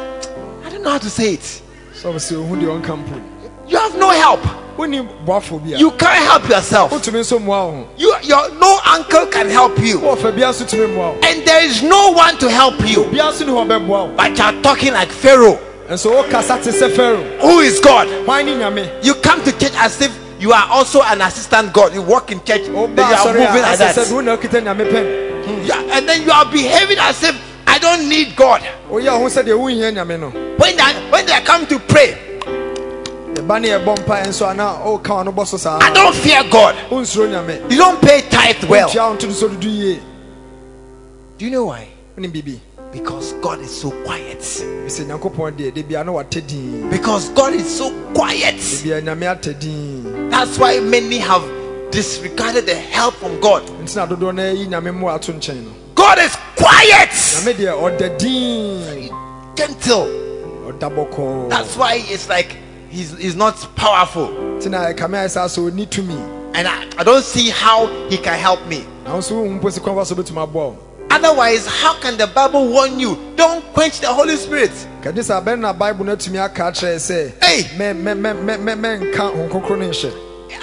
I don't know how to say it.
sɛ ɔbɛsɛ ohu deɛ ɔnka mpo
You have no help.
wonim boafo bi a
You can't help yourself.
wotumi nso mmoa wo ho
You, your, no uncle can help you.
wɔfa bia so tumi mmoa wo
And there is no one to help you.
bia so ne hɔ bɛboa wo
But you are talking like Pharaoh.
ɛnso wokasa te sɛ faro
Who is God?
hwan ne nyame
You come to church as if you are also an assistant God. You walk in church, then you are moving
woba asɔre a
like
ɛsɛ sɛ
that.
de wo na wokita nyame pɛn
You are- and then you are behaving as if I don't need God.
woyɛ wo ho sɛdeɛ wonhia nyame no
When I, when they come to pray,
ɛba ne yɛbɔ mpa nso anaa woka wa oh, no bɔ so saa
I don't fear God.
wonsuro nyame
You don't pay tithe well.
wontua wo nto no so dodo yie
Do you know why?
wone biribi
Because God is so quiet.
ɛsɛ nyankopɔn deɛ de bia na wate din
Because God is so quiet.
bia nyame ate din
That's why many have disregarded the help from God.
nti na dodoɔ no ayi nyame mmoa ato nkyɛn no
God is quiet,
nyame deɛ ɔda din
gentle.
ɔda bɔkɔɔ
That's why it's like he's, he's not powerful.
nti na ɛkame ayɛ saa sɛ ɔni tumi
and I, I don't see how he can help me.
na wo nso wohu mpo si kwan fa so wobɛtumi aboa wo
Otherwise, how can the Bible warn you? Don't quench the Holy Spirit.
kàdé sá abẹ́rẹ́ na bible náà tumi aka kyerẹ́ sẹ́
Hey!
mẹ mẹ mẹ mẹ mẹ mẹ nka hòn kónkón ní nhyẹ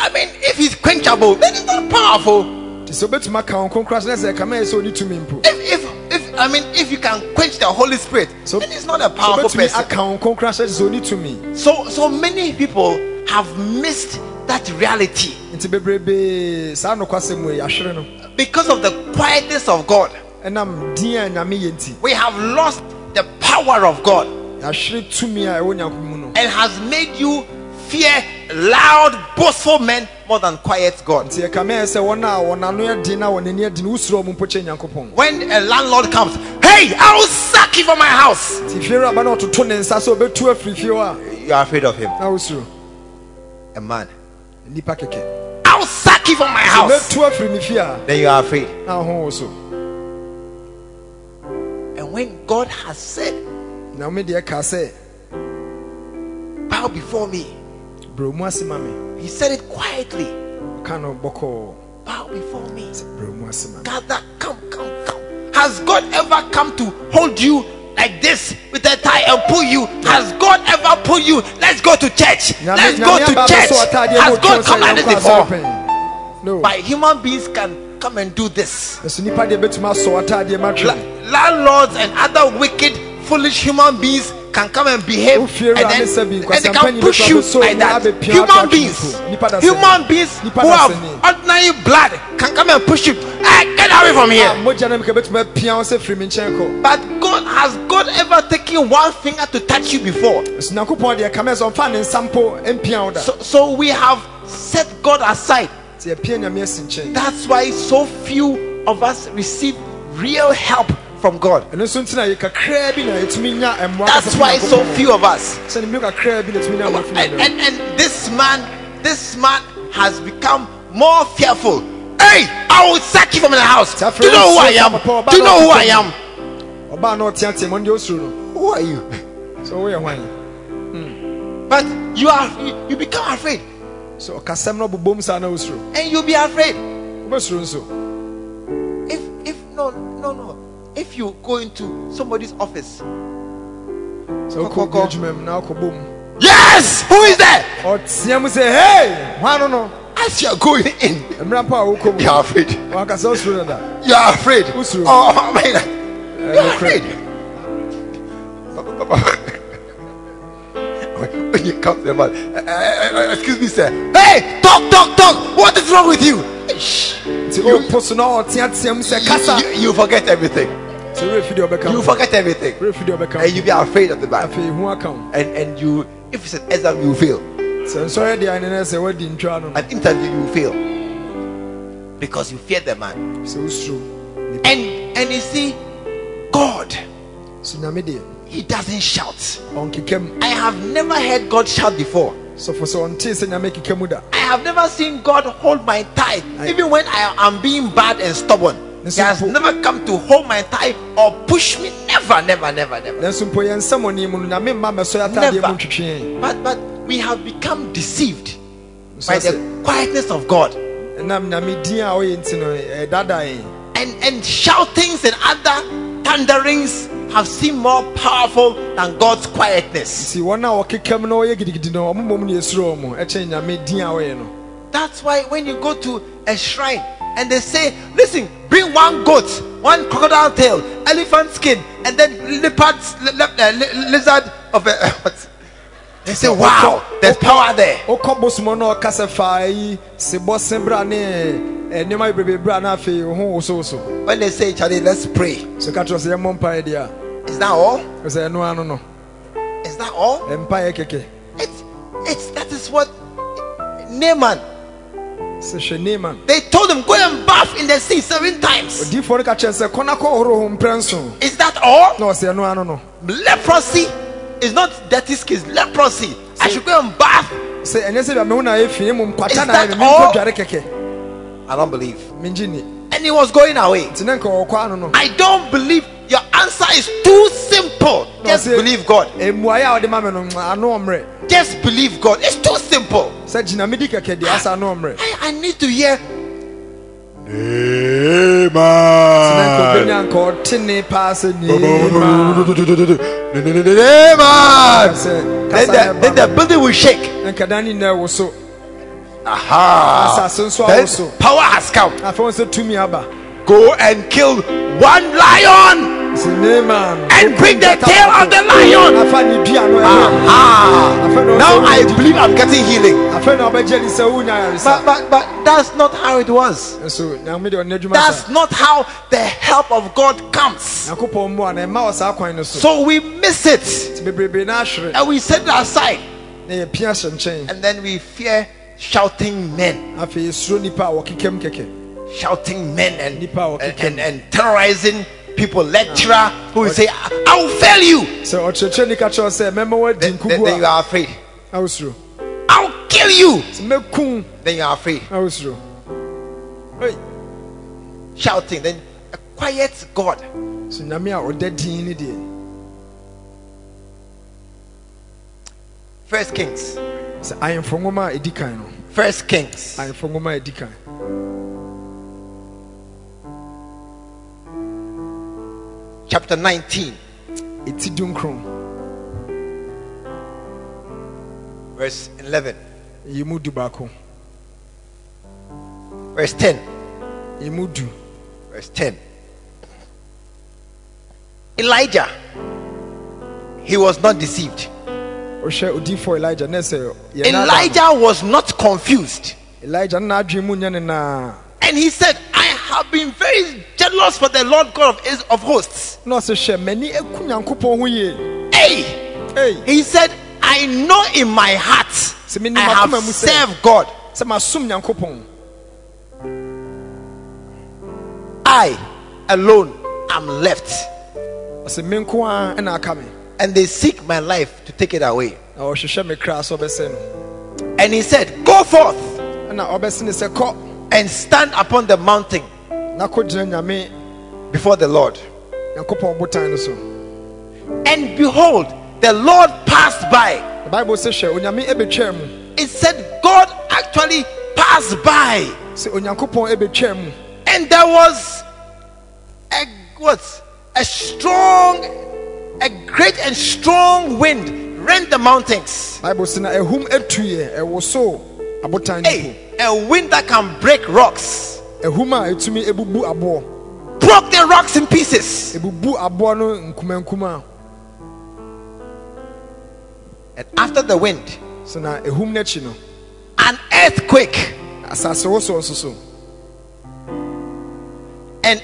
I mean, if he's quenchable, then he's not powerful.
tí sọ bẹ́tùmí aka hòn kónkón aṣẹ́ sẹ́ kàmá yẹ sẹ́ oní tumi mpò
If, if, if I mean, if you can quench the Holy Spirit,
So-
then he's not a
sọ
powerful
bẹ́tùmí
person.
aka hòn kónkón aṣẹ́ sẹ́ oní tumi
So, so many people have missed that reality
nti bebrebe saa nnọkọ asẹmu yẹ ahwere no
because of the quietness of God.
ẹnam dín a nyame yẹ nti
We have lost the power of God
ahwere tumi a ẹwọ nyanko mu no
and has made you fear loud, boastful men more than quiet God.
nti ɛka mɛ sɛ wɔn a wɔn ano yɛ den na wɔn ani yɛ den wusoro ɔmo mpɔkyɛ nyankopɔn
When a landlord comes, hey, I will sack you from my house.
nti fiewuraba na ɔtoto ne nsa sɛ ɔbɛtu afiri fie hɔ a
You are afraid of him.
na wusoro
A man.
nipa kɛkɛ
I will sack you from my house.
ɔbɛtu afiri ne fie a
Then you are afraid.
na ɔho wɔ so
And when God has said,
na ɔmo deɛ kaa sɛ
bow before me,
brɛ mu ase ma me
he said it quietly.
ɔka no bɔkɔɔ
Bow before me.
sɛ brɛ mu ase ma me
Gather, come, come, come. Has God ever come to hold you like this with a tie and pull you? Has God ever pulled you? Let's go to church.
Nyame-
Let's go
Nyame
to
aba
church.
abɛsɔ ataadeɛ ma
Has
ɔtwerɛ
God
sɛ
come like this
yɛnkɔ
before?
asɔrepɛn? no
But human beings can come and do this.
ɛso nipa deɛ bɛtumi asɔ ataadeɛ ma
La-
dwene
landlords and other wicked, foolish human beings can come and behave and,
Wofie
then,
Awurade sɛ bi,
and they
nkwasɛmpa
can
nyinaa
push
bɛtɔ
you
abɛsɔ wo
like
na
that.
abɛpia
Human
atwatwe
beings,
mpo. Nipa da
human
sɛne.
beings
Nipa
who
da
have
sɛne.
ordinary blood can come and push you. Hey, get away from
a
here.
Ah, mogya no mka bɛtumi apia wo sɛ firi me nkyɛn kɔ
But God has God ever taken one finger to touch you before?
ɛso nyankopɔn deɛ ka mɛ sɛ ɔmfa ne nsa mpo mpia wo da
So, so we have set God aside.
nti yɛpia nyame asi nkyɛn
That's why so few of us receive real help from God.
ɛno nso nti na yɛ kakraa bi na yɛtumi nya mmoa
That's why so few of us.
sɛne mmere kakraa bi na yɛtumi nya mmoa firi
and,
Nyame.
and, and this man, this man has become more fearful. Hey, I will sack you from the house. Do you know who I am? Do you know who I am?
ɔbaa na ɔteatea mu ɔno deɛ osuro
Who are you?
no sɛ woyɛ hwan
But you are you, you become afraid,
sɛ ɔkasɛm no ɔbobom saa na wosuro
and you'll be afraid.
wobɛsuro nso
If if no no no, if you go into somebody's office,
sɛ wokɔ bi adwuma mu na wokɔbɔ mu
yes, who is there?
ɔteam sɛ hei hwan no no
As you are going in,
mmerɛ mpo a wokɔ
you
mu
are afraid.
wakasɛ wosuro dada
You are afraid.
Who's wrong?
Oh *laughs* man, you are
Eh, no
afraid.
crap.
when you come to the man, "Eh, eh, eh, excuse me, sir. Hey, talk, talk, talk. What is wrong with you? Shh.
nti wopo so na ɔteateam sɛ kasa
You, you forget everything.
sɛ werɛ fidi ɔbɛka
You
wo
forget everything,
werɛ fidi ɔbɛka
and
wo
you be afraid of the man.
afei hu aka wo
And and you, if it's an exam, you fail.
sɛ nsɔre deɛ ne nɛ sɛ woadi ntwa no no
An interview, you fail because you fear the man.
sɛ wosuro
And and you see, God,
so nyame deɛ
He doesn't shout.
ɔnkeka mu
I have never heard God shout before.
sɔfo sɛ ɔntee sɛ nyame keka mu da
I have never seen God hold my tie, even when I am being bad and stubborn. He
Listen,
has
po-
never come to hold my tie or push me. Never, never, never, never.
nanso mpo yɛn nsɛm ɔne mu no nyame mma mɛsɔ yɛ atadeɛ
Never.
mu ntwetwee
But but we have become deceived by
nso sɛ
the quietness of God.
ɛnam nyame din a ɔyɛ nti oh, no eh, ɛdadae
And and shoutings and other thunderings have seemed more powerful than God's quietness.
nti wɔn a wɔkeka mu na wɔyɛ gidigidi no ɔmo mmom ne yɛsuro mu ɛkyɛn nyame din a ɔyɛ oh, no
That's why when you go to a shrine and they say, listen, bring one goat, one crocodile tail, elephant skin, and then leopard, li- li- uh, li- lizard of a. *laughs* what? They say, wow, there's power there.
wokɔ bosom no ɔkasa faa yi sebɔ se bra ne eh, nneɛma bebrebe bra na afei wo ho wosowoso
When they say, Charlie, let's pray.
so ka kyerɛ sɛ yɛmmɔ mpaeɛ deɛ a
Is that all?
ɛsɛ ɛno ano no
Is that all?
ɛmpaeɛ kɛkɛ
It's, it's, that is what Naaman,
sɛ hwɛ neman
they told him, go and bath in the sea seven times.
odiifoɔ no ka kyerɛ sɛ kɔ na kɔhoro ho mprɛnson
Is that all?
na ɔsɛ ɛno ano no
Leprosy is not dirty skin, it's leprosy. I should go and bath.
sɛ ɛnyɛ sɛ biame ho na ɛyɛ fii mu
Is
nkwata na
that
ɛyɛ
all?
menkɔ dware kɛkɛ
I don't believe.
mengye ni
and he was going away.
nti ne nka ɔkɔ ano no
I don't believe your answer is too simple.
na
Just
ɔse,
believe God.
"Mmuaeɛ a wode ma me no mwah, ano ɔmmerɛ
Just believe God. It's too simple.
sɛ gyina medi kɛkɛ deɛ asɛ ano ɔmmerɛ
I, I need to hear. Ah.
Nti na nka ɔbɛnya nka ɔtene paa sɛ neema
Amen. Then the, then the building will shake.
nka da ne nyinaa wo so
Aha.
Asase nso a
Then
woso.
power has come.
afei wo sɛ tumi aba
Go and kill one lion
sɛ neema no
and bring the tail of the lion.
afa ne dua no ɛwɔ
Aha. Now I believe I'm getting healing.
afei na ɔbɛgye ne sɛ wonya
But,
yaresa
but, but that's not how it was.
nso nyame deɛ ɔne adwuma
That's
sa
not how the help of God comes.
nyankopɔn mmoa na ɛma wɔ saa kwan no so
So we miss it
nti bebrebe no ahwere
and we set it aside
na yɛpia hyɛ nkyɛn
and then we fear shouting men,
afei esuro nipa a wɔkekam kɛkɛ
shouting men and
Nipa wo
and,
keke
and,
mu.
and terrorizing people, lecturer who will say, "I I will fail you.
sɛ ɔkyerɛkyerɛni ka kyerɛ wo sɛ mɛma woadi
Then, then, then you
nkugu
are afraid.
a awosuro
I'll kill you.
sɛ mɛkum
Then you are afraid.
awosuro Ei,
Shouting. Then a quiet God.
so nyame a ɔda din ne deɛ
First Kings.
sɛ ayemfo nwoma a ɛdi kan no
First Kings.
ayemfo nwoma a ɛdi kan
Chapter 19.
ɛti dunkron
Verse 11.
ɛyɛ mu du baako
Verse 10.
ɛyɛ mu du
Verse 10. Elijah. He was not deceived.
ɔhwɛ odiifoɔ elija ne sɛ yɛn nna-
Elijah was not confused.
elija no n'adwene mu nyɛ ne naa
And he said, I have been very jealous for the Lord God of, Is- of hosts.
na ɔsɛ hwɛ m'ani aku nyankopɔn ho yie
Hey!
ei
He said, I know in my heart
menim
I have
akoma mu sɛ-
served God.
sɛ masom nyankopɔn
I alone am left.
ɔsɛ me nko ara ɛna aka me
And they seek my life to take it away.
na ɔhwehwɛ me kra sɛ ɔbɛsɛ no
And he said, Go forth
ɛna ɔbɛse ne sɛ kɔ
and stand upon the mountain
na kɔgyina nyame
before the Lord.
nyankopɔn botan no so
And behold, the Lord passed by.
The bible sɛ hwɛ onyame ɛbɛtwaa mu
It said, God actually passed by.
sɛ onyankopɔn ɛbɛtwaa mu
and there was a what a strong a great and strong wind rent the mountains
bible sɛ na ɛhum atuiɛ ɛwosoo abotan no mu
hey a wind that can break rocks
ɛhum a ɛtumi ɛbubu aboɔ
broke the rocks in pieces
ɛbubu aboɔ no nkumankuma
and after the wind
so na ɛhum no akyi no
an earthquake
asase wosoɔ nso so
and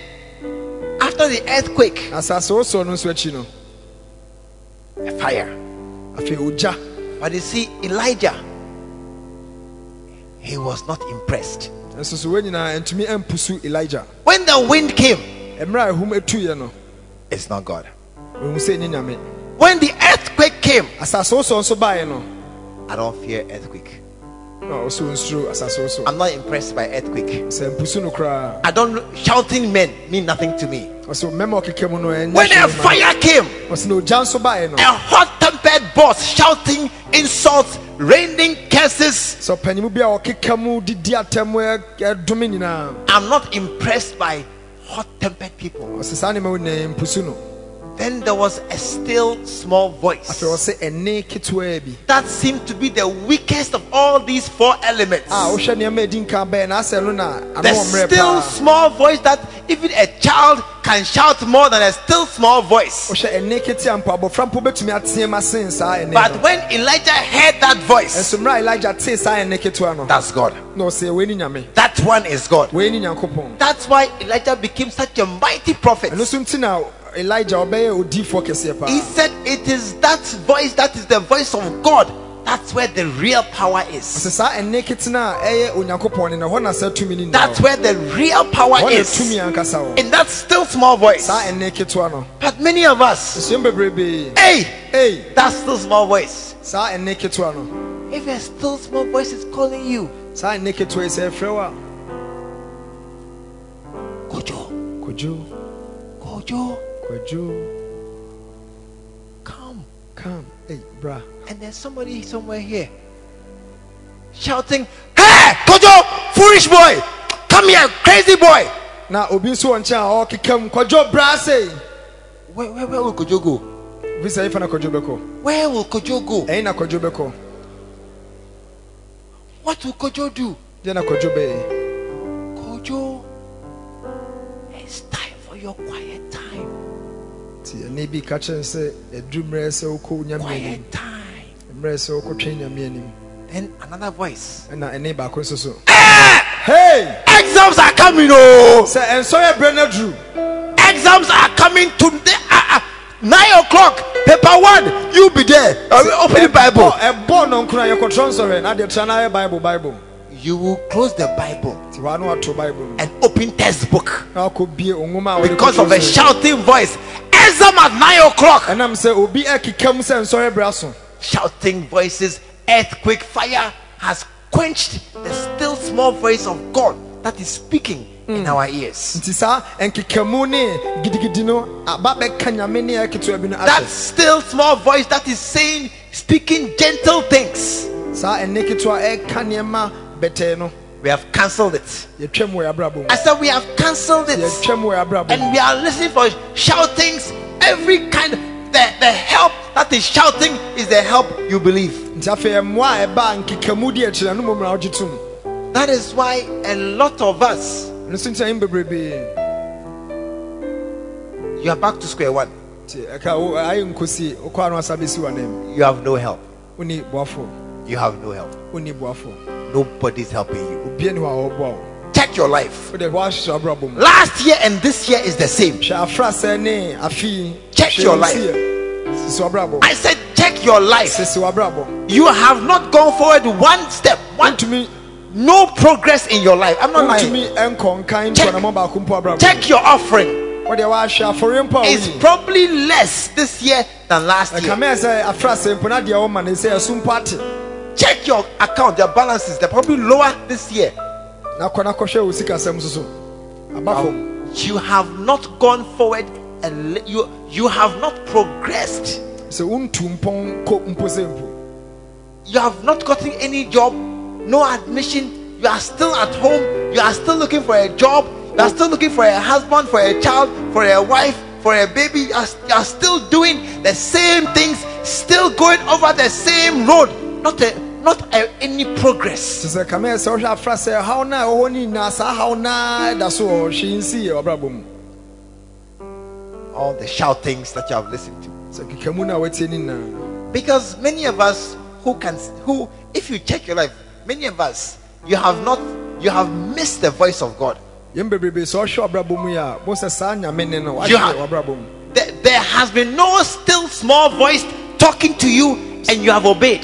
after the earthquake
asase wosoɔ no nso akyi no
a fire
afei ogya
but you see elijah he was not impressed
nso so wɔn nyinaa ntumi ampusu elija
when the wind came
mmerɛ a ɛhum ɛtuiɛ no
it's not god
ohun sɛ ɛnyɛ nyame
when the earthquake came
asase wosoɔ nso baeɛ no
i don't fear earthquake
na ɔsɛ nsuro asase wosoɔ
i'm not impressed by earthquake
sɛ mpusu no koraa
I don't shouting men mean nothing to me.
ɔsɛ mɛma ɔkeka mu no ɛnyɛ
When a
hwee ma no.
fire came,
ɔsɛ na ogya nso baeɛ no
a hot-tempered boss shouting insults, raining curses.
sɛ ɔpanyimu bi a ɔkeka mu didi atɛm ɛ- ɛdome nyinaa
I'm not impressed by hot-tempered people.
ɔsɛ saa nneɛma wo nyinaa mpusu no
Then there was a still small voice
afei ɔsɛ ɛne ketewaa bi
that seemed to be the weakest of all these four elements.
a wohwɛ nneɛma a ɛdi nkan bɛɛ na asɛ no na ano
The
wɔ mmerɛ
still
paa
small voice that even a child can shout more than a still small voice.
wohwɛ ɛne kete a mpo abɔfra mpo bɛtumi ateɛ ma sen saa ɛne
But
no
when Elijah heard that voice,
ɛso mmerɛ a elija tee saa ɛne ketewa no
that's God.
na ɔsɛ wei ne nyame
That one is God.
wei ne nyankopɔn
That's why Elijah became such a mighty prophet.
ɛno so nti na elija ɔbɛyɛ odiifoɔ kɛseɛ
He
paa
said, It is that voice that is the voice of God. That's where the real power
sɛ
is.
saa ɛnne ketena
eh,
a ɛyɛ onyankopɔn ne na hɔ na sɛ tumi no
That's
nyinaa
where the real power
hɔ na tumi
is.
ankasa wɔ
In that still small voice.
saa ɛnne ketewa no
But many of us,
ɛsuam bebrebee
hey,
ei
that still small voice.
saa ɛnne ketewa no
If a still small voice is calling you,
saa ɛnne ketewa yi sɛ ɛfrɛ wo a
Kojo,
kwadwo
Kojo,
kwadwo
come.
kam ei bra
And there's somebody somewhere here shouting, Hey, Kojo, foolish boy, come here, crazy boy.
na obi nso wɔ nkyɛn a ɔkekam kwadwo bra sei
Where, where, where will Kojo go?
bi sɛ ɛfa na kwadwo bɛkɔ
Where will Kojo go?
ɛyi na kwadwo bɛkɔ
What will Kojo do?
deɛ na kwadwo bɛyɛ
Kojo, it's time for your quiet time.
nti ɛnne bi ka kyerɛ n sɛ ɛduru mmerɛ sɛ wokɔ nyame anim
Quiet time.
mmerɛ sɛ wokɔtwe nyame anim
Then another voice.
ɛna ɛne baako nso so hei
Exams are coming, oh!
sɛ ɛnsɔ yɛ berɛ no aduru
Exams are coming today. Uh, uh, nine o'clock, paper one. You be there. Uh, open the Bible.
Ɛbɔ- ɛbɔ no nkora yɛkɔtrɔ nsɔhwɛ na deɛ tra no ayɛ bible bible
you will close the Bible
nti waa no wato bible no
and open textbook
na wakɔ bie onwoma a wɔde
because of a
kɔtoo so.
shouting voice. Exam at nine o'clock.
ɛnam sɛ obi ɛkeka mu sɛ nsɔre bra so
Shouting voices, earthquake, fire has quenched the still small voice of God that is speaking in our ears.
nti saa nkekamu ne gidigidi no aba bɛka nyame ne ɛketewa bi no
That
ahyɛ
still small voice that is saying, speaking gentle things.
saa ɛnne ketewa ɛka nneɛma bɛtɛɛ no
We have cancelled it.
yɛtwam wɔ yɛabrabɔ
I
mu
said, we have cancelled it.
yɛtwam wɔ yɛabrabɔ mu
and we are listening for shoutings every kind the, the help that is shouting is the help you believe
nti afei mmoa a ɛbaa nkekamu di akyirɛ no mmomra wogye tom
that is why a lot of us
ɛno so nkyɛn bebrebee
you are back to square one
nti ɛka wo ayɛ nkosi wokɔa no asa bɛsi wanam
you have no help
woni boafo
you have no help
woni boafo
nobody's helping you
obia ne hɔ a wɔboa wo
check your life
wode woahyehyɛ abrabɔ mu
last year and this year is the same
hwɛ afrasɛ ne afei
Check your life.
sisi wabrabɔ
i said check your life
sisi wabrabɔ
you have not gone forward one step one
wontumi
no progress in your life i'm not lying
wontumi nkɔ nkan
Check.
ntɔnamɔ baako mpo abrabɔ
check your offering
wode woahwɛ afɔre mpo Eh, a
is
woni
probably less this year than last year
ɛka mɛ sɛ afrasɛ mpo na deɛ wɔma ne sɛ ɛso mpo ate
check your account their balances they're probably lower this year
na kɔ na kɔhwɛ wo sikasɛm so so aba fam
you have not gone forward and le- you you have not progressed
sɛ wontu mpɔn kɔ mpo sɛ mpo
you have not gotten any job no admission you are still at home you are still looking for a job you are still looking for a husband for a child for a wife for a baby you are, you are still doing the same things still going over the same road not a not a, any progress
nti sɛ ka mɛ sɛ wohwɛ afrasɛ haw no a ɛwɔ hɔ no nyinaa saa haw naa da so eh, wɔ hwee nsii wabrabɔ mu
all the shoutings that you have listened to
sɛ kekamu no a watie no nyinaa
Because many of us who can who if you check your life, many of us you have not you have missed the voice of God.
yɛm bebrebe sɛ ɔhwɛ wabrabɔ mu yi a bo sɛ saa nyame ne no
You have-
wahyɛ wabrabɔ mu
There, there has been no still small voice talking to you and you have obeyed.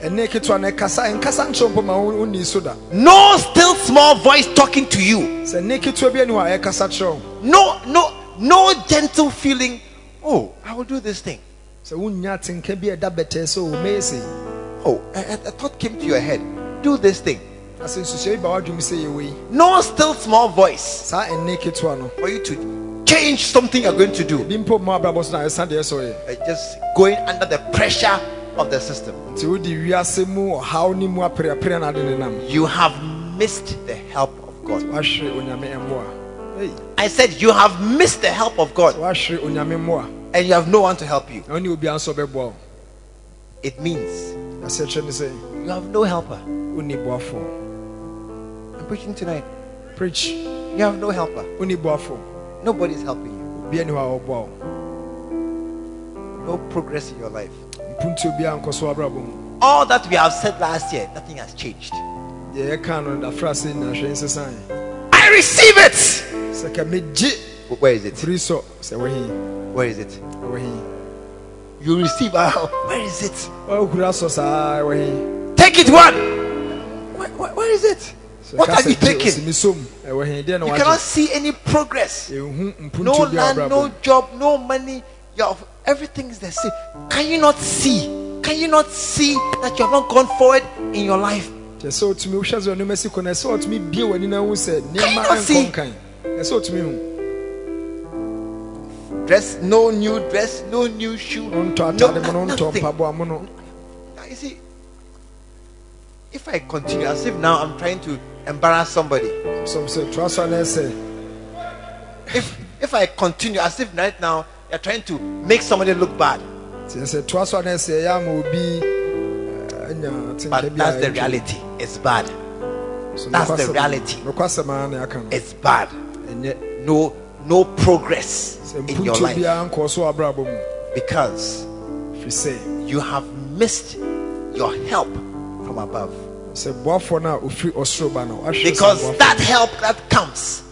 ɛne ketewa no ɛkasa nkasa nkyerɛ mpo ma wo- wonni so da
No still small voice talking to you.
sɛ ne ketewa bi ani hɔ a ɛkasa kyerɛ wo
No no no gentle feeling, oh, I will do this thing.
sɛ wonnya tenka bi a ɛda bɛtɛɛ sɛ ɔmɛɛ sɛ
Oh, a, a- a thought came to your head. Do this thing.
asɛ nsusua bi ba w'adwom sɛ yɛwɔ yi
No still small voice
saa ɛne ketewa no
for you to change something you're going to do.
bi mpo ma abrabɔ so na ɛsa deɛ sɛ ɔyɛ
Uh, just going under the pressure of the system.
nti wode wiase mu ɔhaw ne mu apreaprea no ade ne nam
You have missed the help of God.
woahwere onyame mmoa Ei,
I said, You have missed the help of God
woahwere onyame mmoa
and you have no one to help you.
na wone obiara nso ɔbɛboa wo
It means
na sɛ kyerɛ ne sɛ
you have no helper.
wonni boafoɔ
I'm preaching tonight.
preach
You have no helper.
wonni boafoɔ
Nobody's helping you.
obia ni hɔ a ɔboa wo
No progress in your life.
mpunti obiara nkɔ so abrabɔ mu
All that we have said last year, nothing has changed.
deɛ yɛka no dafra se nyinahwɛ nsesae
I receive it.
sɛ ka megye
Where is it?
firi sɔ sɛ wɔhe
Where is it?
wɔhe
You receive our help. Where is it?
ɔhura sɔ saa wɔhe
Take it one. Where- where- where is it? What are you taking?
osimesom ɛwɔhe deɛ na
You cannot
wagye
see any progress.
ɛhu mpunti
no
obiara
land,
abrabɔ
no
mu
job, no money. Your everything is the same. Can you not see? Can you not see that you have not gone forward in your life?
kyɛ sɛ ɔtumi wohyɛ sɛ ɔnoma si kɔ no ɛsɛ ɔtumi bie w'ani no hu sɛ nneɛma
Can you see?
ɛnkɔ nkan ɛsɛ ɔtumi E hu
Dress, no new dress, no new shoe.
wontɔ atade mu
no-
no wontɔ
nothing.
mpaboa mu no
Now, you see, if I continue as if now I'm trying to embarrass somebody,
som sɛ toa so ana ɛsɛ
if if I continue as if right now you're trying to make somebody look bad,
tiɛ sɛ toa so ana ɛsɛ ɛyɛ e ama obi eh, anya tenka
but
bi
that's the
a ɛtwa
reality. It's bad.
so
that's the
nokwasɛm-
reality.
nokwasɛm ara na yɛaka no
It's bad.
ɛnyɛ
No, no progress
sɛ
in your
mpuntuo
life
biara nkɔɔ so wɔ abrabɔ mu
because.
firi sɛ
you have missed your help from above
sɛ boafoɔ no a ɔfiri ɔsoro ba no wahwɛ
because
sɛ boafoɔ
that help that comes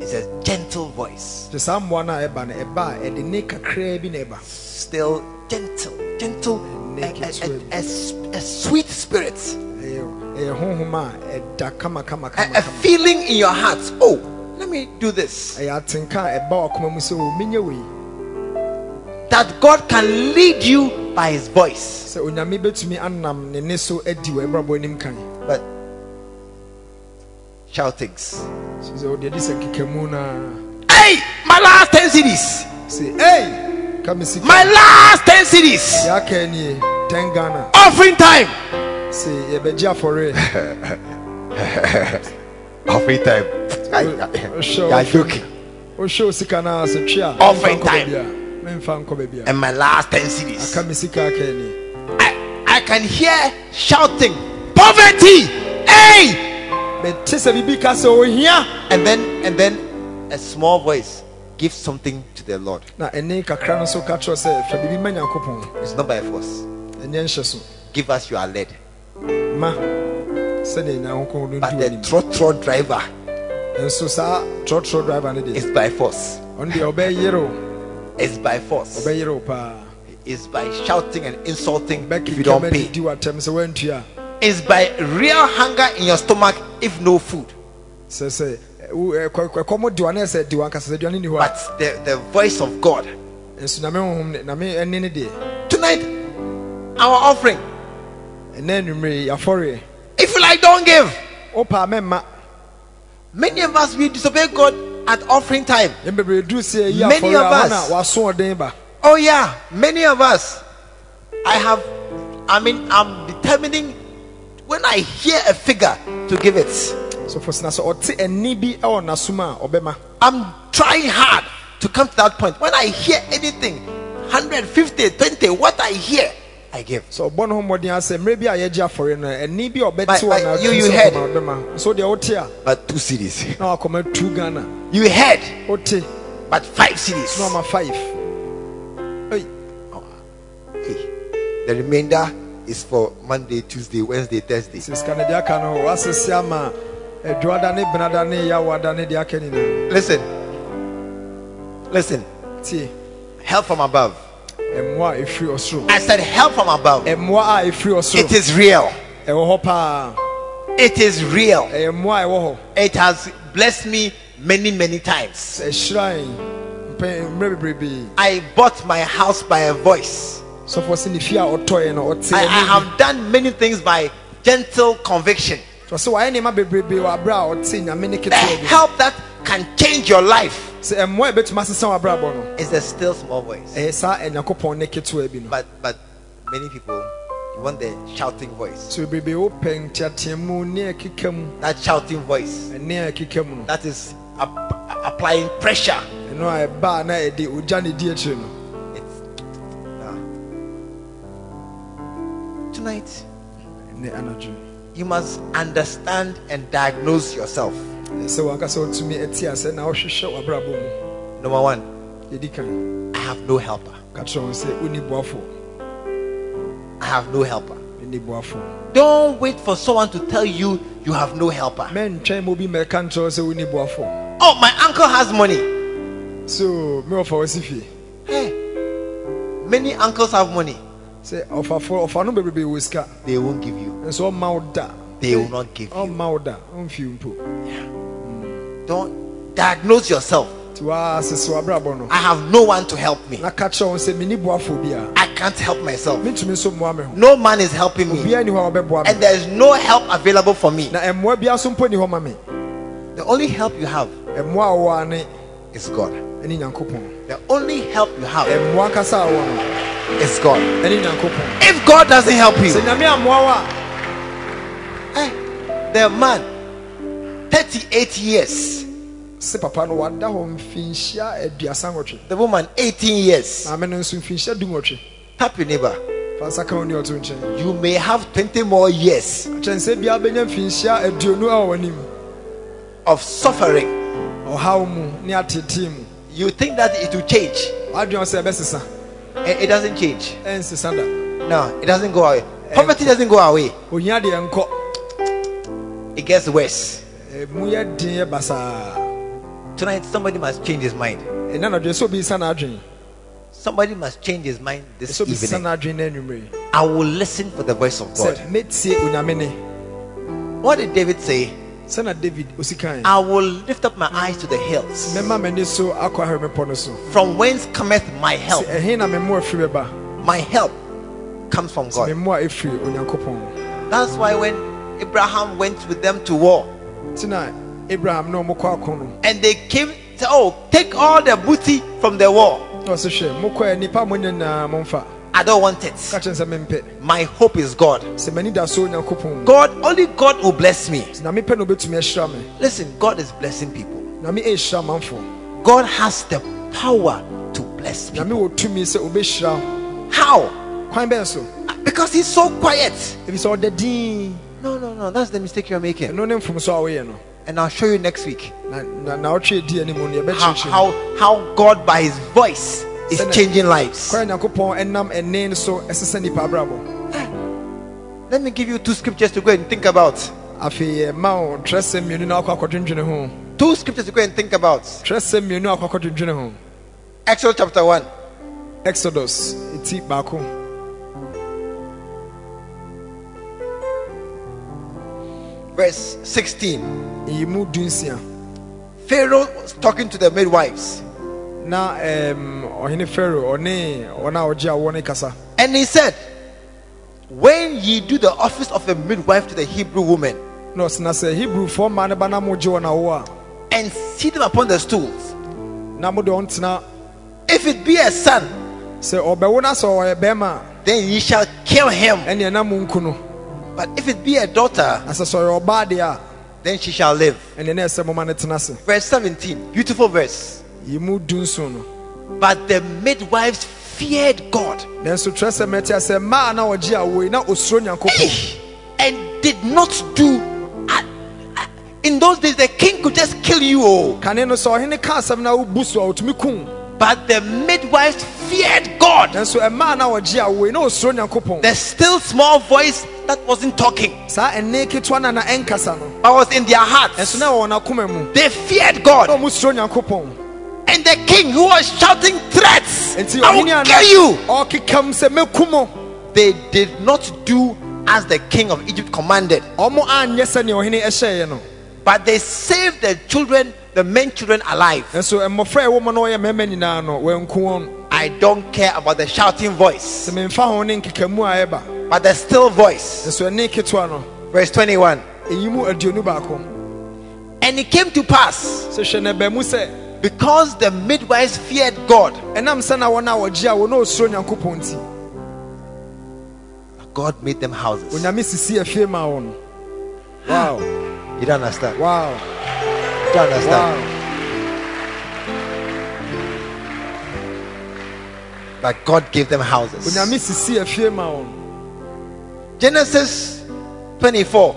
is a gentle voice
nti saa mmoa no a ɛba no ɛba a ɛde ne kakraa bi na ɛba
still gentle gentle a,
Naked
a- a-
swim.
a s- a sweet spirit
ɛyɛ ɛyɛ honhom a ɛda eh, kama kama
A,
kama Eh,
a
kama
feeling in your heart. Oh, let me do this.
ɛyɛ atenka a ɛba wakoma mu oh, sɛ o menyɛ wei
That God can lead you by His voice.
sɛ onyame bɛtumi anam ne ne so eh, oh, adi wɔ ɛbrabɔ anim kan
But shoutings.
so sɛ wode adi sɛ nkekamu noa
Hey, my last 10 cities.
sɛ ei ka me sika
My last 10 cities.
yɛaka nie 10 eh, ghana
Offering time.
sɛ
*laughs*
yɛbɛgye afɔre
Offering time.
Sure.
You are joking.
wohwɛ o Oh, sika no a sɛ twe a
Offering
memfa nkɔ
time.
baabia. memfa nkɔ baabia
And my last 10 cities.
aka me sika aka ni
I, I can hear shouting, poverty. Hey!
bɛte sɛ biribi ka oh, sɛ ohia
And then and then a small voice gives something to the Lord.
na ɛne kakra no so ka kyerɛ sɛ fa biribi ma nyankopɔn
It's not by force.
ɛnyɛ nhyɛ so
Give us your lead.
ma sɛdeɛ nyankopɔn no
But
ndu
the
anim
trotro driver
ɛnso saa trɔtrɔ driver no deɛ
is by force.
ɔno deɛ ɔbɛyere wo
It's by force.
ɔbɛyere wo paa
It's by shouting and insulting if you
bɛkeka
don't
madidi
pay.
w'atɛm sɛ woantua a
It's by real hunger in your stomach if no food.
sɛ sɛ ɛ, wo- ɛ, kɔ- kɔ- kɔm diwa ne sɛ diwa nkasa sɛ aduane nni hɔ a
But the, the voice of God.
nso na me honhom ne- na me ɛne ne deɛ
Tonight, our offering.
ɛnɛ anwummere yɛafɔreɛ
If you like, don't give.
wopaa mɛmma
Many of us we disobey God at offering time.
yɛn bebree duru sɛ yi
Many
afɔre a
of us-
wɔn a wɔasoɔden ba
Oh yeah, many of us. I have. I mean, I'm determining when I hear a figure to give it.
sɔfo sena sɛ ɔte ɛni bi ɛwɔ n'asom a ɔbɛma
I'm trying hard to come to that point. When I hear anything, 150, 20, what I hear, I give.
sɛ ɔbɔ ne ho mmɔden asɛ mmerɛ bi a yɛgye afɔre no ɛni bi a
By-
ɔbɛte
by
wɔ
you, you
n'asom sɛ
heard.
ɔbɛma ɔbɛma so deɛ wote a
But two cities.
na wakɔma tu ghana
You heard,
wote
but five cities.
na ɔma five ei
Okay. The remainder is for Monday, Tuesday, Wednesday, Thursday.
siska ne deɛ aka no wɔasese ama adwoada ne benada ne yawada ne deɛ aka nyinaa
Listen. Listen.
tie
Help from above.
ɛmmoa a ɛfiri ɔsoro
I said help from above.
ɛmmoa a ɛfiri
It
ɔsoro
is real.
ɛwɔ hɔ paa
It is real.
ɛyɛ mmoa a ɛwɔ hɔ
It has blessed me many, many times.
sɛ ɛhyirae mpɛ- mmerɛ bebrebee
I bought my house by a voice.
sɔfoɔ sɛ ne fie a ɔtɔeɛ no ɔte
I, I
ɛne
have done many things by gentle conviction.
ɔsɛ wɔayɛ nneɛma bebrebee wɔ aberɛ a ɔte nyame ne
The
ketewa bi
help that can change your life
sɛ ɛmmoa a ɛbɛtumi asesa w'abrabɔ no
is a still small voice.
ɛyɛ saa ɛnyankopɔn ne ketewa bi no
But but many people you want the shouting voice.
so bebrebee wopɛ nteateamu ne ɛkeka mu
That shouting voice
ɛne a ɛkeka mu no
that is ap- applying pressure.
ɛno a ɛbaa na ɛde ogya ne di akyire no
It's, Ah. Tonight
ne anadwo
you must understand and diagnose yourself.
Ɛyɛ sɛ wankasa wotumi ati asɛ na wohwehwɛ w'abrabɔ mu
Number one.
yɛdi kan
I have no helper.
ka kyerɛ wo sɛ wonni boafo
I have no helper.
ɛnni boafo
Don't wait for someone to tell you you have no helper.
mɛntwɛn mu bi mɛka nkyerɛ wo sɛ wonni boafo
Oh, my uncle has money.
so mewɔfa wɔ si fie
Hey, many uncles have money.
sɛ ɔfafo ɔfa no bebrebee wɔ sika
They won't give you.
nso ɔma wo da
They will not give you.
ɔma wo da ɔmfie mpo
Don't diagnose yourself.
nti woasese w'abrabɔ no
I have no one to help me.
na ka kyerɛ wo sɛ menni boafo biara
I can't help myself.
mentumi nso mmoa me ho
No man is helping me,
obiara nni hɔ a wɔbɛboa
and
me
there's no help available for me.
na ɛmmoa biara so mpo nni hɔ ma me
The only help you have
ɛmmoa a wɔwɔ a ne
is God.
ɛne nyankopɔn
The only help you have
ɛmmoa kasa a wɔwɔ
is God.
no ɛne nyankopɔn
If God doesn't help you,
sɛ nyame ammoa wo a
eh, the man, 38 years.
sɛ papa no wada hɔ mfinhyia aduasa nwɔtwe
The woman, 18 years.
maame no nso mfinhyia du nwɔtwe
Tap your neighbor.
fa nsa ka wo ne ɔto nkyɛn
You may have 20 more years
kyɛn sɛ biara bɛnya mfinhyia aduonu a wɔ anim
of suffering.
ɔhaw mu ne atetee mu
You think that it will change.
wadwene wo sɛ ɛbɛsesa
It, it doesn't change.
ɛnsesa da
No, it doesn't go away. Poverty doesn't go away.
ohia deɛ nkɔ
It gets worse.
Eh, mu yɛ den yɛ basaa
Tonight, somebody must change his mind.
ɛna nadwene sɛ obi sa n'adwene
Somebody must change his mind this
sɛ obi sa
evening.
n'adwene no anwummere
I will listen for the voice of God.
sɛ mɛtie onyame ne
What did David say?
sɛna david osi kan
I will lift up my eyes to the hills.
mɛma m'ani so akɔ ahwerɛmepɔ no so
From whence cometh my help?
sɛ ɛhe na me mmoa firi bɛba
My help comes from
me
God.
mmoa ɛfiri onyankopɔn
That's why when Abraham went with them to war,
nti na abraham na ɔmokɔ ako no
and they came to oh take all the booty from the war
na ɔse hwɛ mokɔɛ nnipa a mo nyinaa momfa
i don't want
ka
it
kyerɛ sɛ mempɛ
my hope is god
sɛ m'ani da so onyankopɔn mu
god only god will bless me
na mepɛ na obɛtumi ahyira me
listen god is blessing people
na me ɛhyira manfoɔ
god has the power to bless me
na me wɔ tumi sɛ obɛhyira wo.
how
kwan bɛn so
because he's so quiet
ɛfisɛ ɔda din
no no no that's the mistake you're making
ɛno ne mfomso a woyɛ no
and i'll show you next week
na na- na ɔtwe di anim no
how
yɛbɛkyerɛkyerɛ mu.
how, how god by his voice is
Send it.
changing lives
kwan a nyankopɔn ɛnam ɛne no so ɛsesa nnipa abrabɔ
let me give you two scriptures to go and think about
afei yɛma wo twerɛsɛm mmienu na wakɔ akɔdwendwene ho
two scriptures to go and think about
twerɛsɛm mmienu a wakɔ akɔdwendwene ho
exodus chapter 1
exodus ɛti baako
verse 16
ɛyi mu dunsia
Pharaoh was talking to the midwives,
na em, ɔhene faro ɔne ɔna ɔgye awoɔ ne kasa
and he said, When ye do the office of a midwife to the Hebrew woman,
na ɔsena sɛ hebrewfoɔ mmaa no ba na mogye wɔn awoɔ a
and seat them upon the stools,
na mode ɔntena
if it be a son,
sɛ ɔbɛwo no sɛ ɔyɛ bɛrima
then ye shall kill
a
him.
ɛneɛ na monku no
But if it be a daughter,
na sɛ sɛ ɔyɛ ɔbaa deɛ a
then she shall live.
ɛneɛ na ɛsɛ moma no tena ase
Verse 17, beautiful verse.
yi mu dunson no
But the midwives feared God
nanso twerɛ sɛ mɛtia sɛ mmaa na ɔgye awoɔ yi na osuro nyankopɔn
and did not do. I- I- In those days, the king could just kill you oh." all.
kane no sɛ ɔhene ka asɛm na wobu so a wotumi kum
But the midwives feared God.
nanso ɛmaa na ɔgye awoɔ yi na osuro nyankopɔn
the still small voice that wasn't talking
saa ɛnne ketewa na na ɛnkasa no
but was in their
ɛnso
hearts.
na ɛwɔ n'akoma mu
They feared
na
God
ɔmo suro nyankopɔn
and the king who was shouting threats,
enti
I will
ɔhene a na
kill you.
ɔkekam sɛ mɛku mo
They did not do as the king of Egypt commanded,
ɔmo anyɛ sɛnea ɔhene ɛhyɛeɛ no
but they saved the children, the men children alive.
nanso mmɔfra a ɛwɔ mu na ɔyɛ mmarima nyinaa no wɔanku wɔn
I don't care about the shouting voice,
sɛ memfa ho ne nkekamu a ɛba
but the still voice.
nanso ɛnne ketewa no
Verse 21.
ɛyi mu aduonu baako
And it came to pass
sɛ hwɛ na ɛbaa mu sɛ
because the midwives feared God,
ɛnam sɛ na wɔn a wɔgye awoɔ na osuro nyankopɔn nti
God made them houses.
onyame sisi afie maa wɔn wow
You don't understand.
wow
You don't understand.
Wow.
But God gave them houses.
Onyame sisi afie ma wɔn.
Genesis 24.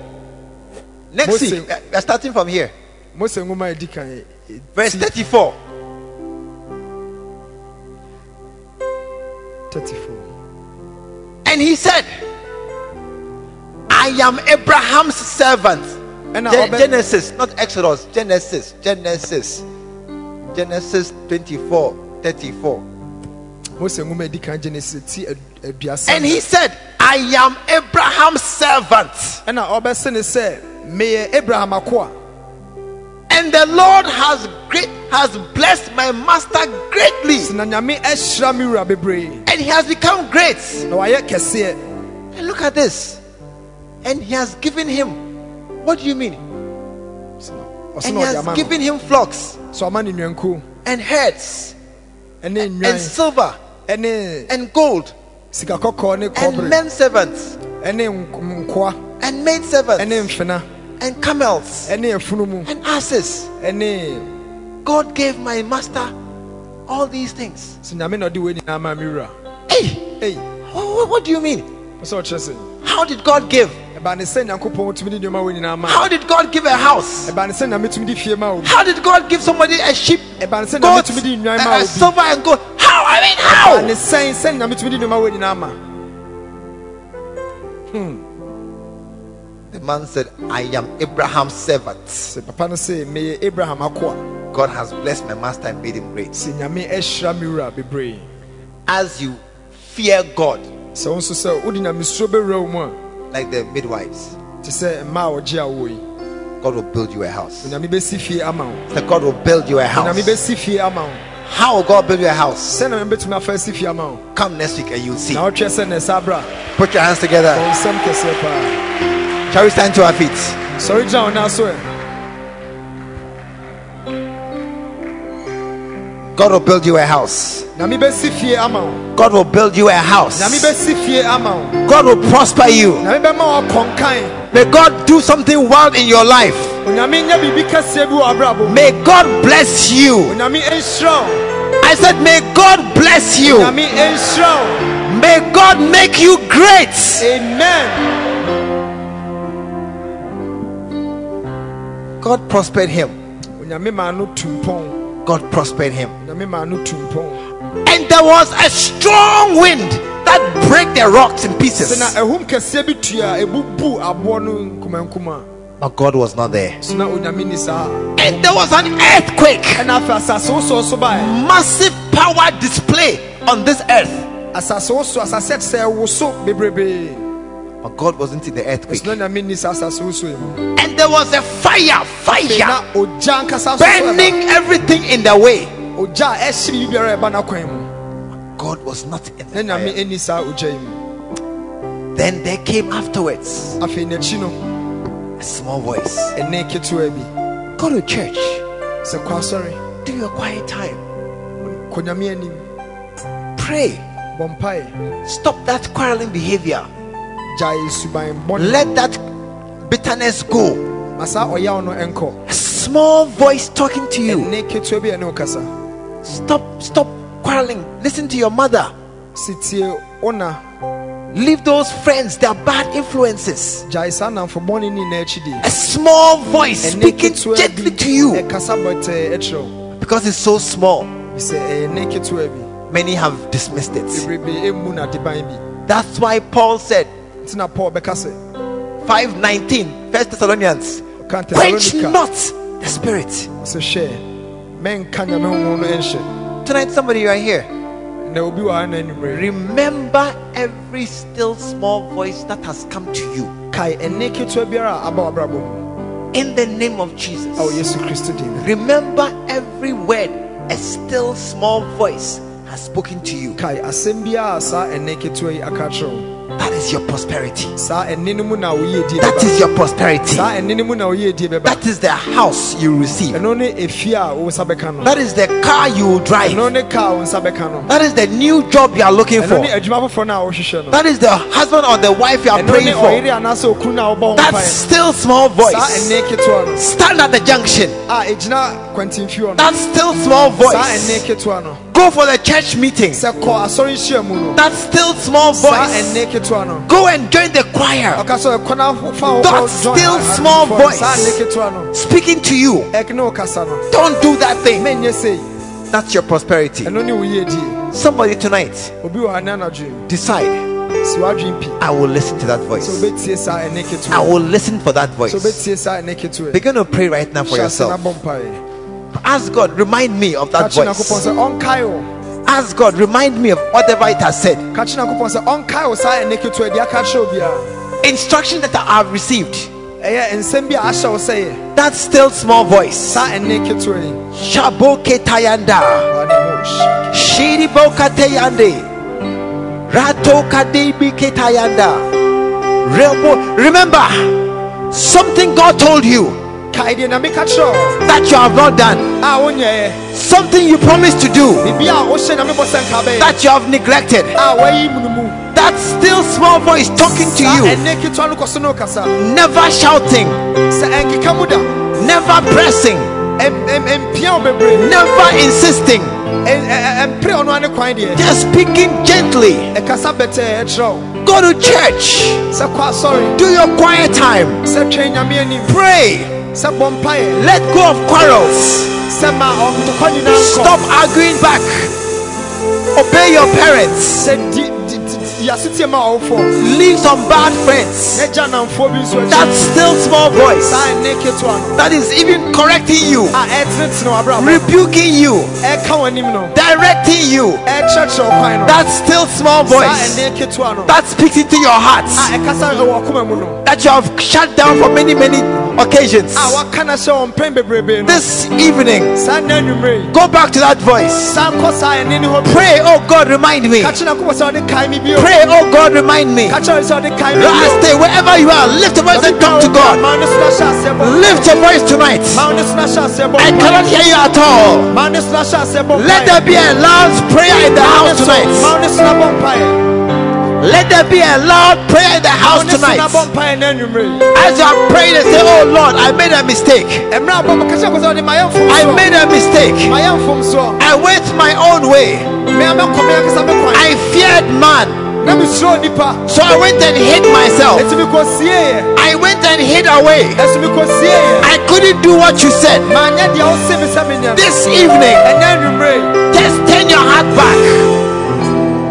Next
Mose.
week, uh, we are starting from here.
Mose nwoma edi kan e- e-
Verse 34.
34.
And he said, I am Abraham's servant.
And
Gen-
Abel-
Genesis, not Exodus. Genesis, Genesis, Genesis 24, 34.
Mose nwoma edi kan Genesis ti ad- aduasa.
And he said, I am Abraham's servant.
ɛna ɔbɛse ne sɛ meyɛ Abraham akoa
And the Lord has great has blessed my master
sɛ
greatly.
na Nyame ɛhyira me wura bebree
And he has become great.
na wayɛ kɛseɛ.
And look at this. And he has given him. What do you mean?
Sɛ na- Ɔse
And
na
he
ɔde
has
ama no
given him flocks
so ɔma ne nnwankuo
and herds
ɛne
and
nnwan
silver
ɛne
and gold
sikakɔkɔɔ ne
and
kɔbere
men servants
ɛne nk- nkoa
and maid servants
ɛne mfena
and camels
ɛne afunumu
and asses.
ɛne
God gave my master all these things.
sɛ Nyame na ɔde wei nyinaa maa me wura.
Hey,
Ei,
wha- wha- what do you mean?
ɔsɛ ɔkyerɛ sɛ
How did God give?
ɛbaa ne sɛ nyankopɔn tumi de nneɛma wɔ nyinaa ma
How did God give a house?
ɛbaa ne sɛ nyame tumi de fie ma wo
How did God give somebody a sheep,
ɛbaa ne sɛ nyame
goats,
tumi
and,
de nnwan ma
uh,
wo bi
silver and gold? How? I mean,
ɛbaa ne
how?
sɛn sɛ nyame tumi de nneɛma wɔ nyinaa ma
The man said, I am Abraham's servant.
sɛ papa no sɛ meyɛ abraham akoa
God has blessed my master and made him great.
sɛ nyame ahyira me wura bebree
As you fear God,
sɛ wo nso sɛ wode nyamesuro bɛwura wo mu a
like the midwives,
te sɛ mmaa a wɔgye a wɔwɔ yi
God will build you a house.
onyame bɛsi fie ama wo
Say, God will build you a
onyame
house.
bɛsi fie ama wo
How will God build you a house?
sɛna mɛbɛtumi afa asi fie ama wo
Come next week and you'll see.
na wɔtwɛ sɛ ne ɛsa bra
Put your hands together.
ɔnsɛm kɛseɛ paa
Shall we stand to our feet?
sɔre gyina wo naa so ɛ
God will build you a house.
nyame bɛsi fie ama wo
God will build you a
nyame
house.
bɛsi fie ama wo
God will prosper you.
nyame bɛma wɔkɔnkan
May God do something wild in your life.
onyame nyɛ biribi kɛseɛ bi wɔ abrabɔ mu
May God bless you.
onyame ɛnhyira wo
I said, May God bless you.
onyame ɛnhyira wo
May God make you great.
amen
God prospered him.
onyame maa no tumpɔn
God prospered him.
onyame maa no tumpɔn
And there was a strong wind that break the rocks in pieces.
sɛna ɛhum kɛseɛ bi tua a ɛbubu aboɔ no nkumankuma
But God was not there.
so na onyame ni saa
And there was an earthquake.
ɛna afei asase wosɔ so baɛ
Massive power display on this earth.
asase woso asase ɛte sɛ ɛwo so bebrebee
But God wasn't in the earthquake.
ɛso na onyame ni saa asase woso yi mu
And there was a fire,
na
fire,
ogya ankasa so so ɛba.
burning everything in the way.
ogya a ɛhye biribiara a ɛba no kwan mu
God was not in
na
the
nyame
fire.
ɛni saa ogya yi mu
Then there came afterwards
afei n'akyi no
a small voice.
ɛne ketewa bi
Go to church.
sɛ kɔ asɔre
Do your quiet time.
kɔ nyame anim
Pray.
bɔ mpae
Stop that quarreling behavior.
gyae suban bɔne
Let that bitterness go.
ma saa ɔyaw no ɛnkɔ
A small voice talking to you.
ɛne ketewa bi a ɛne wo kasa
Stop, stop quarreling. Listen to your mother.
sɛ tie wo na
Leave those friends. They are bad influences.
gyae saa nnamfo bɔne ne nyinaa akyi die
A small voice
Ɛne
speaking
ketewa
gently
bi
to you
ɛkasa bɔtɛɛ ɛkyerɛ wo
because it's so small.
sɛ ɛyɛ ne ketewa bi
Many have dismissed it.
bebrebe ɛmmu n'adeban bi
That's why Paul said,
nti na paul bɛka sɛ
519, 1 Thessalonians,
Can
quench
Thessalonica-
not the spirit.
sɛ hwɛ mɛnka nyame honhom no ɛnhyɛ
Tonight, somebody, you are here.
na obi wɔ ha na anwummerɛ
Remember every still small voice that has come to you.
kae ɛne ketewa biara a aba wabrabɔ mu
In the name of
ɛwɔ
Jesus.
yesu kristo din mu
Remember every word a still small voice has spoken to you.
kae asɛm biara a saa ɛne ketewa yi aka kyerɛ wo
That is your prosperity.
saa ɛne no mu na woyie die
That is
bɛba
your prosperity.
saa ɛne no mu na woyie die bɛba
That is the house you receive.
ɛno ne ɛfie a wo nsa bɛka no
That is the car you will drive.
ɛno ne kaa wo nsa bɛka no
That is the new job you are looking
ɛno
for.
ne adwuma foforɔ no a wohwehwɛ no
That is the husband or the wife you are
ɛno ne
praying
ɔyere
for.
anaasɛ okunu na wobɔ ho
That
mpae
still small
saa
voice.
ɛne ketewa no
Stand at the junction.
a ɛgyina kwantimfio no
That still small
saa ɛne
voice.
ketewa no
Go for the church meeting.
sɛ kɔ asɔre nhyia mu no
That still small
saa
voice.
ɛne ketewa no
Go and join the choir
ɔka sɛ ɛkɔ na fa wo
That
kɔ join
still
a-
small
for-
voice.
saa ɛne ketewa no
speaking to you.
ɛne wo kasa no
Don't do that thing.
mɛnyɛ sei
That's your prosperity.
ɛno ne wo yie die
Somebody tonight,
obi wɔ ha ne anadwen
decide
si w'adwen pi
I will listen to that
sɛ
voice.
wobɛtie saa ɛne
I
ketewa
will listen for that
sɛ
voice.
wobɛtie saa ɛne ketewa
Begin to pray right now for
hyɛ ase na
yourself.
bɔ mpaeɛ
Ask God, remind me of
ka
that
kye nyankopɔn
voice.
sɛ ɔnkae wo
Ask God, remind me of whatever it has said.
ka kye nyankopɔn sɛ ɔnkae wo saa ɛne ketewa deɛ aka kyerɛ obiara
Instruction that I have received.
ɛyɛ nsɛm bi a ahyɛ wo sɛ yɛ
That still small voice.
saa ɛne ketewa yi
Shaboke tayanda.
ɔne ho hye
Shiriboka tayande. Ratoka debike tayanda. Rebo- Remember, something God told you
kae deɛ na Ah, meka kyerɛ wo
that you have not done.
a wonyɛɛ
Something you promised to do
biribi a wohyɛ nyame bɔ sɛ nka bɛyɛ
that you have neglected.
a wayi mu no mu
That still small voice talking to
saa
you.
ɛnɛ ketewa no kɔ so ne wokasa
Never shouting.
sɛ ɛnkeka mu da
Never pressing.
ɛm- ɛm- ɛmpia wo bebree
Never insisting.
Ɛn- ɛ- ɛ- ɛmpere ɔno ane E kwan deɛ
Just speaking gently.
ɛkasa bɛtɛɛ ɛkyerɛ wo
Go to church.
sɛ kɔ asɔre
Do your quiet time.
sɛ twɛn nyame anim
Pray.
sɛ bɔ mpaeɛ
Let go of quarrels.
sɛ ma ɔntokɔ nyinaa nkɔ
Stop arguing back. Obey your parents.
sɛ di- di- di- di- di asetie ma ɔwɔfoɔ
Leave some bad friends.
n'agya namfoɔ bi nso
That
akyi
still small voice
saa ɛnɛ ketewa no
that is even correcting you,
a e ɛtenetene w'abrabɔ
rebuking you,
ɛka w'anim no
directing you.
E ɛkyerɛkyerɛ ɔkwan no e
That still small
saa
voice
ɛnɛ ketewa no
that speaks into your heart
a e ɛkasa wɔ ɔkoma mu no
that you have shut down for many, many occasions.
a waka na hyɛ wɔn mpɛn bebrebe no
This evening,
saa nna anwummere yi
go back to that voice.
saa nkɔ saa ɛnɛ ne hɔ bi
Pray, oh God, remind me.
ka kyerɛ nankopɔ sɛ wode kae me bio
Pray, oh God, remind me.
ka kyerɛ wode sɛ wode kae me bio
Stay wherever you are. Lift your voice and talk to God.
ma wo ne so na hyɛ aseɛ bɔ
Lift your voice tonight.
ma wo ne so na hyɛ aseɛ bɔ
I cannot hear you at all.
ma wo ne so na hyɛ aseɛ bɔ
Let there be a loud prayer in the house
ma
tonight.
wo ne so na bɔ mpaeɛ
Let there be a loud prayer in the
ma wo
house
ne so na
tonight.
bɔ mpaeɛ na anwummere yi
As you are praying and say, Oh Lord, I made a mistake.
ɛmmerɛ a bɔbɔ ka kyerɛ kɔ sɛ wode mayɛ mfom
I
soɔ
made a mistake.
mayɛ mfom soɔ
I went my own way.
mea mɛkɔ me akasa me kwan
I feared man.
na mesuro nnipa
So I went and hid myself.
ɛti mekɔsieeɛ
I went and hid away.
ɛso mekɔsieeɛ
I couldn't do what you said.
maanyɛ deɛ wose me sɛ menyɛ no
This evening,
ɛnɛ anwummere yi
just turn your heart back.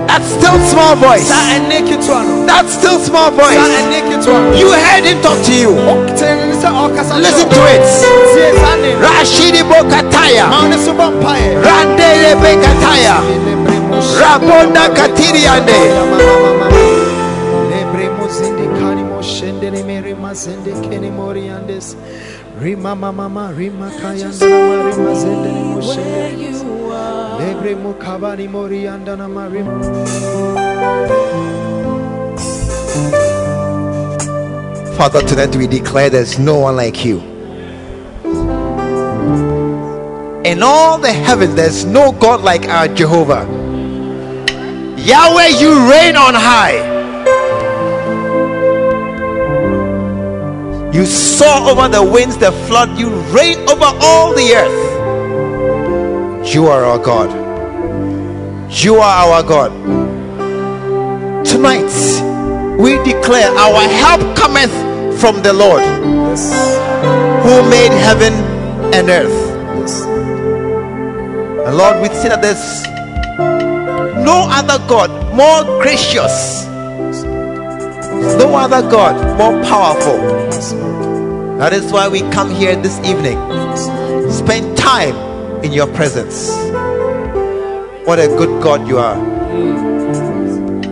That still small voice.
saa ɛnne ketewa no
That still small voice.
saa ɛnne ketewa no
You heard him talk to you.
wotene ne sɛ
oh,
ɔkasa
Listen to it.
tie saa nne no
Rashidi Bokataya.
ma wo ne so bɔ mpaeɛ
Randele Bekataya. Rabonda Katiriande.
Rima mama ma rima kaya nama rima zende ni moshende lebre mukabani mori anda nama rima
Father, tonight we declare there's no one like you. In all the heavens, there's no God like our Jehovah. Yahweh, you reign on high. You soar over the winds, the flood, you reign over all the earth. You are our God. You are our God. Tonight, we declare our help cometh from the Lord who made heaven and earth. And Lord, we say that there's no other God more gracious, no other God more powerful. That is why we come here this evening, spend time in your presence. What a good God you are.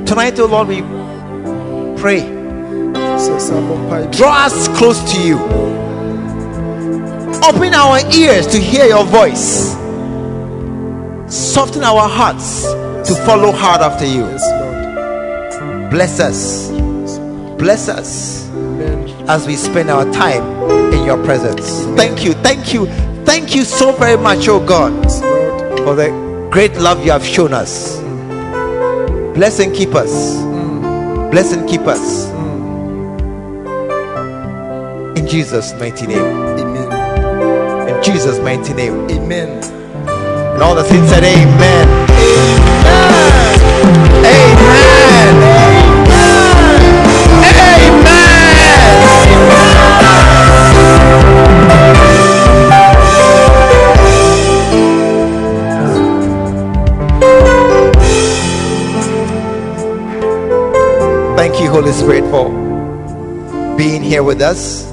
Tonight, oh Lord, we pray.
sesa bompai
Draw us close to you. Open our ears to hear your voice. Soften our hearts to follow hard after you.
yes lord
Bless us. Bless us
amen
as we spend our time in your presence. Thank you. Thank you. Thank you so very much, oh God,
yes lord
for the great love you have shown us. Bless and keep us. Bless and keep us. In Jesus' mighty name.
amen
In Jesus' mighty name.
amen
And all the saints said, Amen. Amen. Amen. Amen. Thank you, Holy Spirit, for being here with us.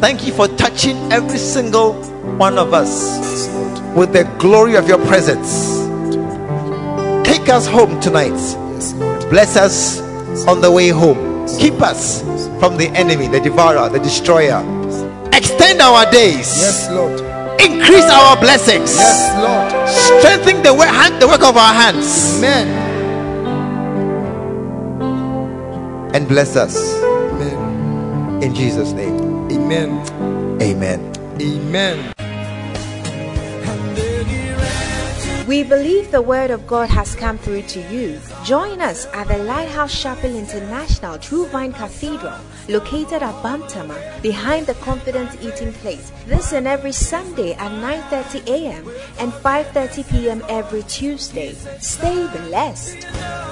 Thank you for touching every single one of us with the glory of your presence. Take us home tonight. Bless us on the way home. Keep us from the enemy, the devourer, the destroyer. Extend our days.
yes lord
Increase our blessings.
yes lord
Strengthen the work, hand, the work of our hands.
amen
And bless us
amen
in Jesus' name.
amen
Amen.
amen
We believe the Word of God has come through to you. Join us at the Lighthouse Chapel International True Vine Cathedral, located at Bamtama, behind the Confidence Eating Place. This and every Sunday at 9.30 a.m. and 5.30 p.m. every Tuesday. Stay blessed.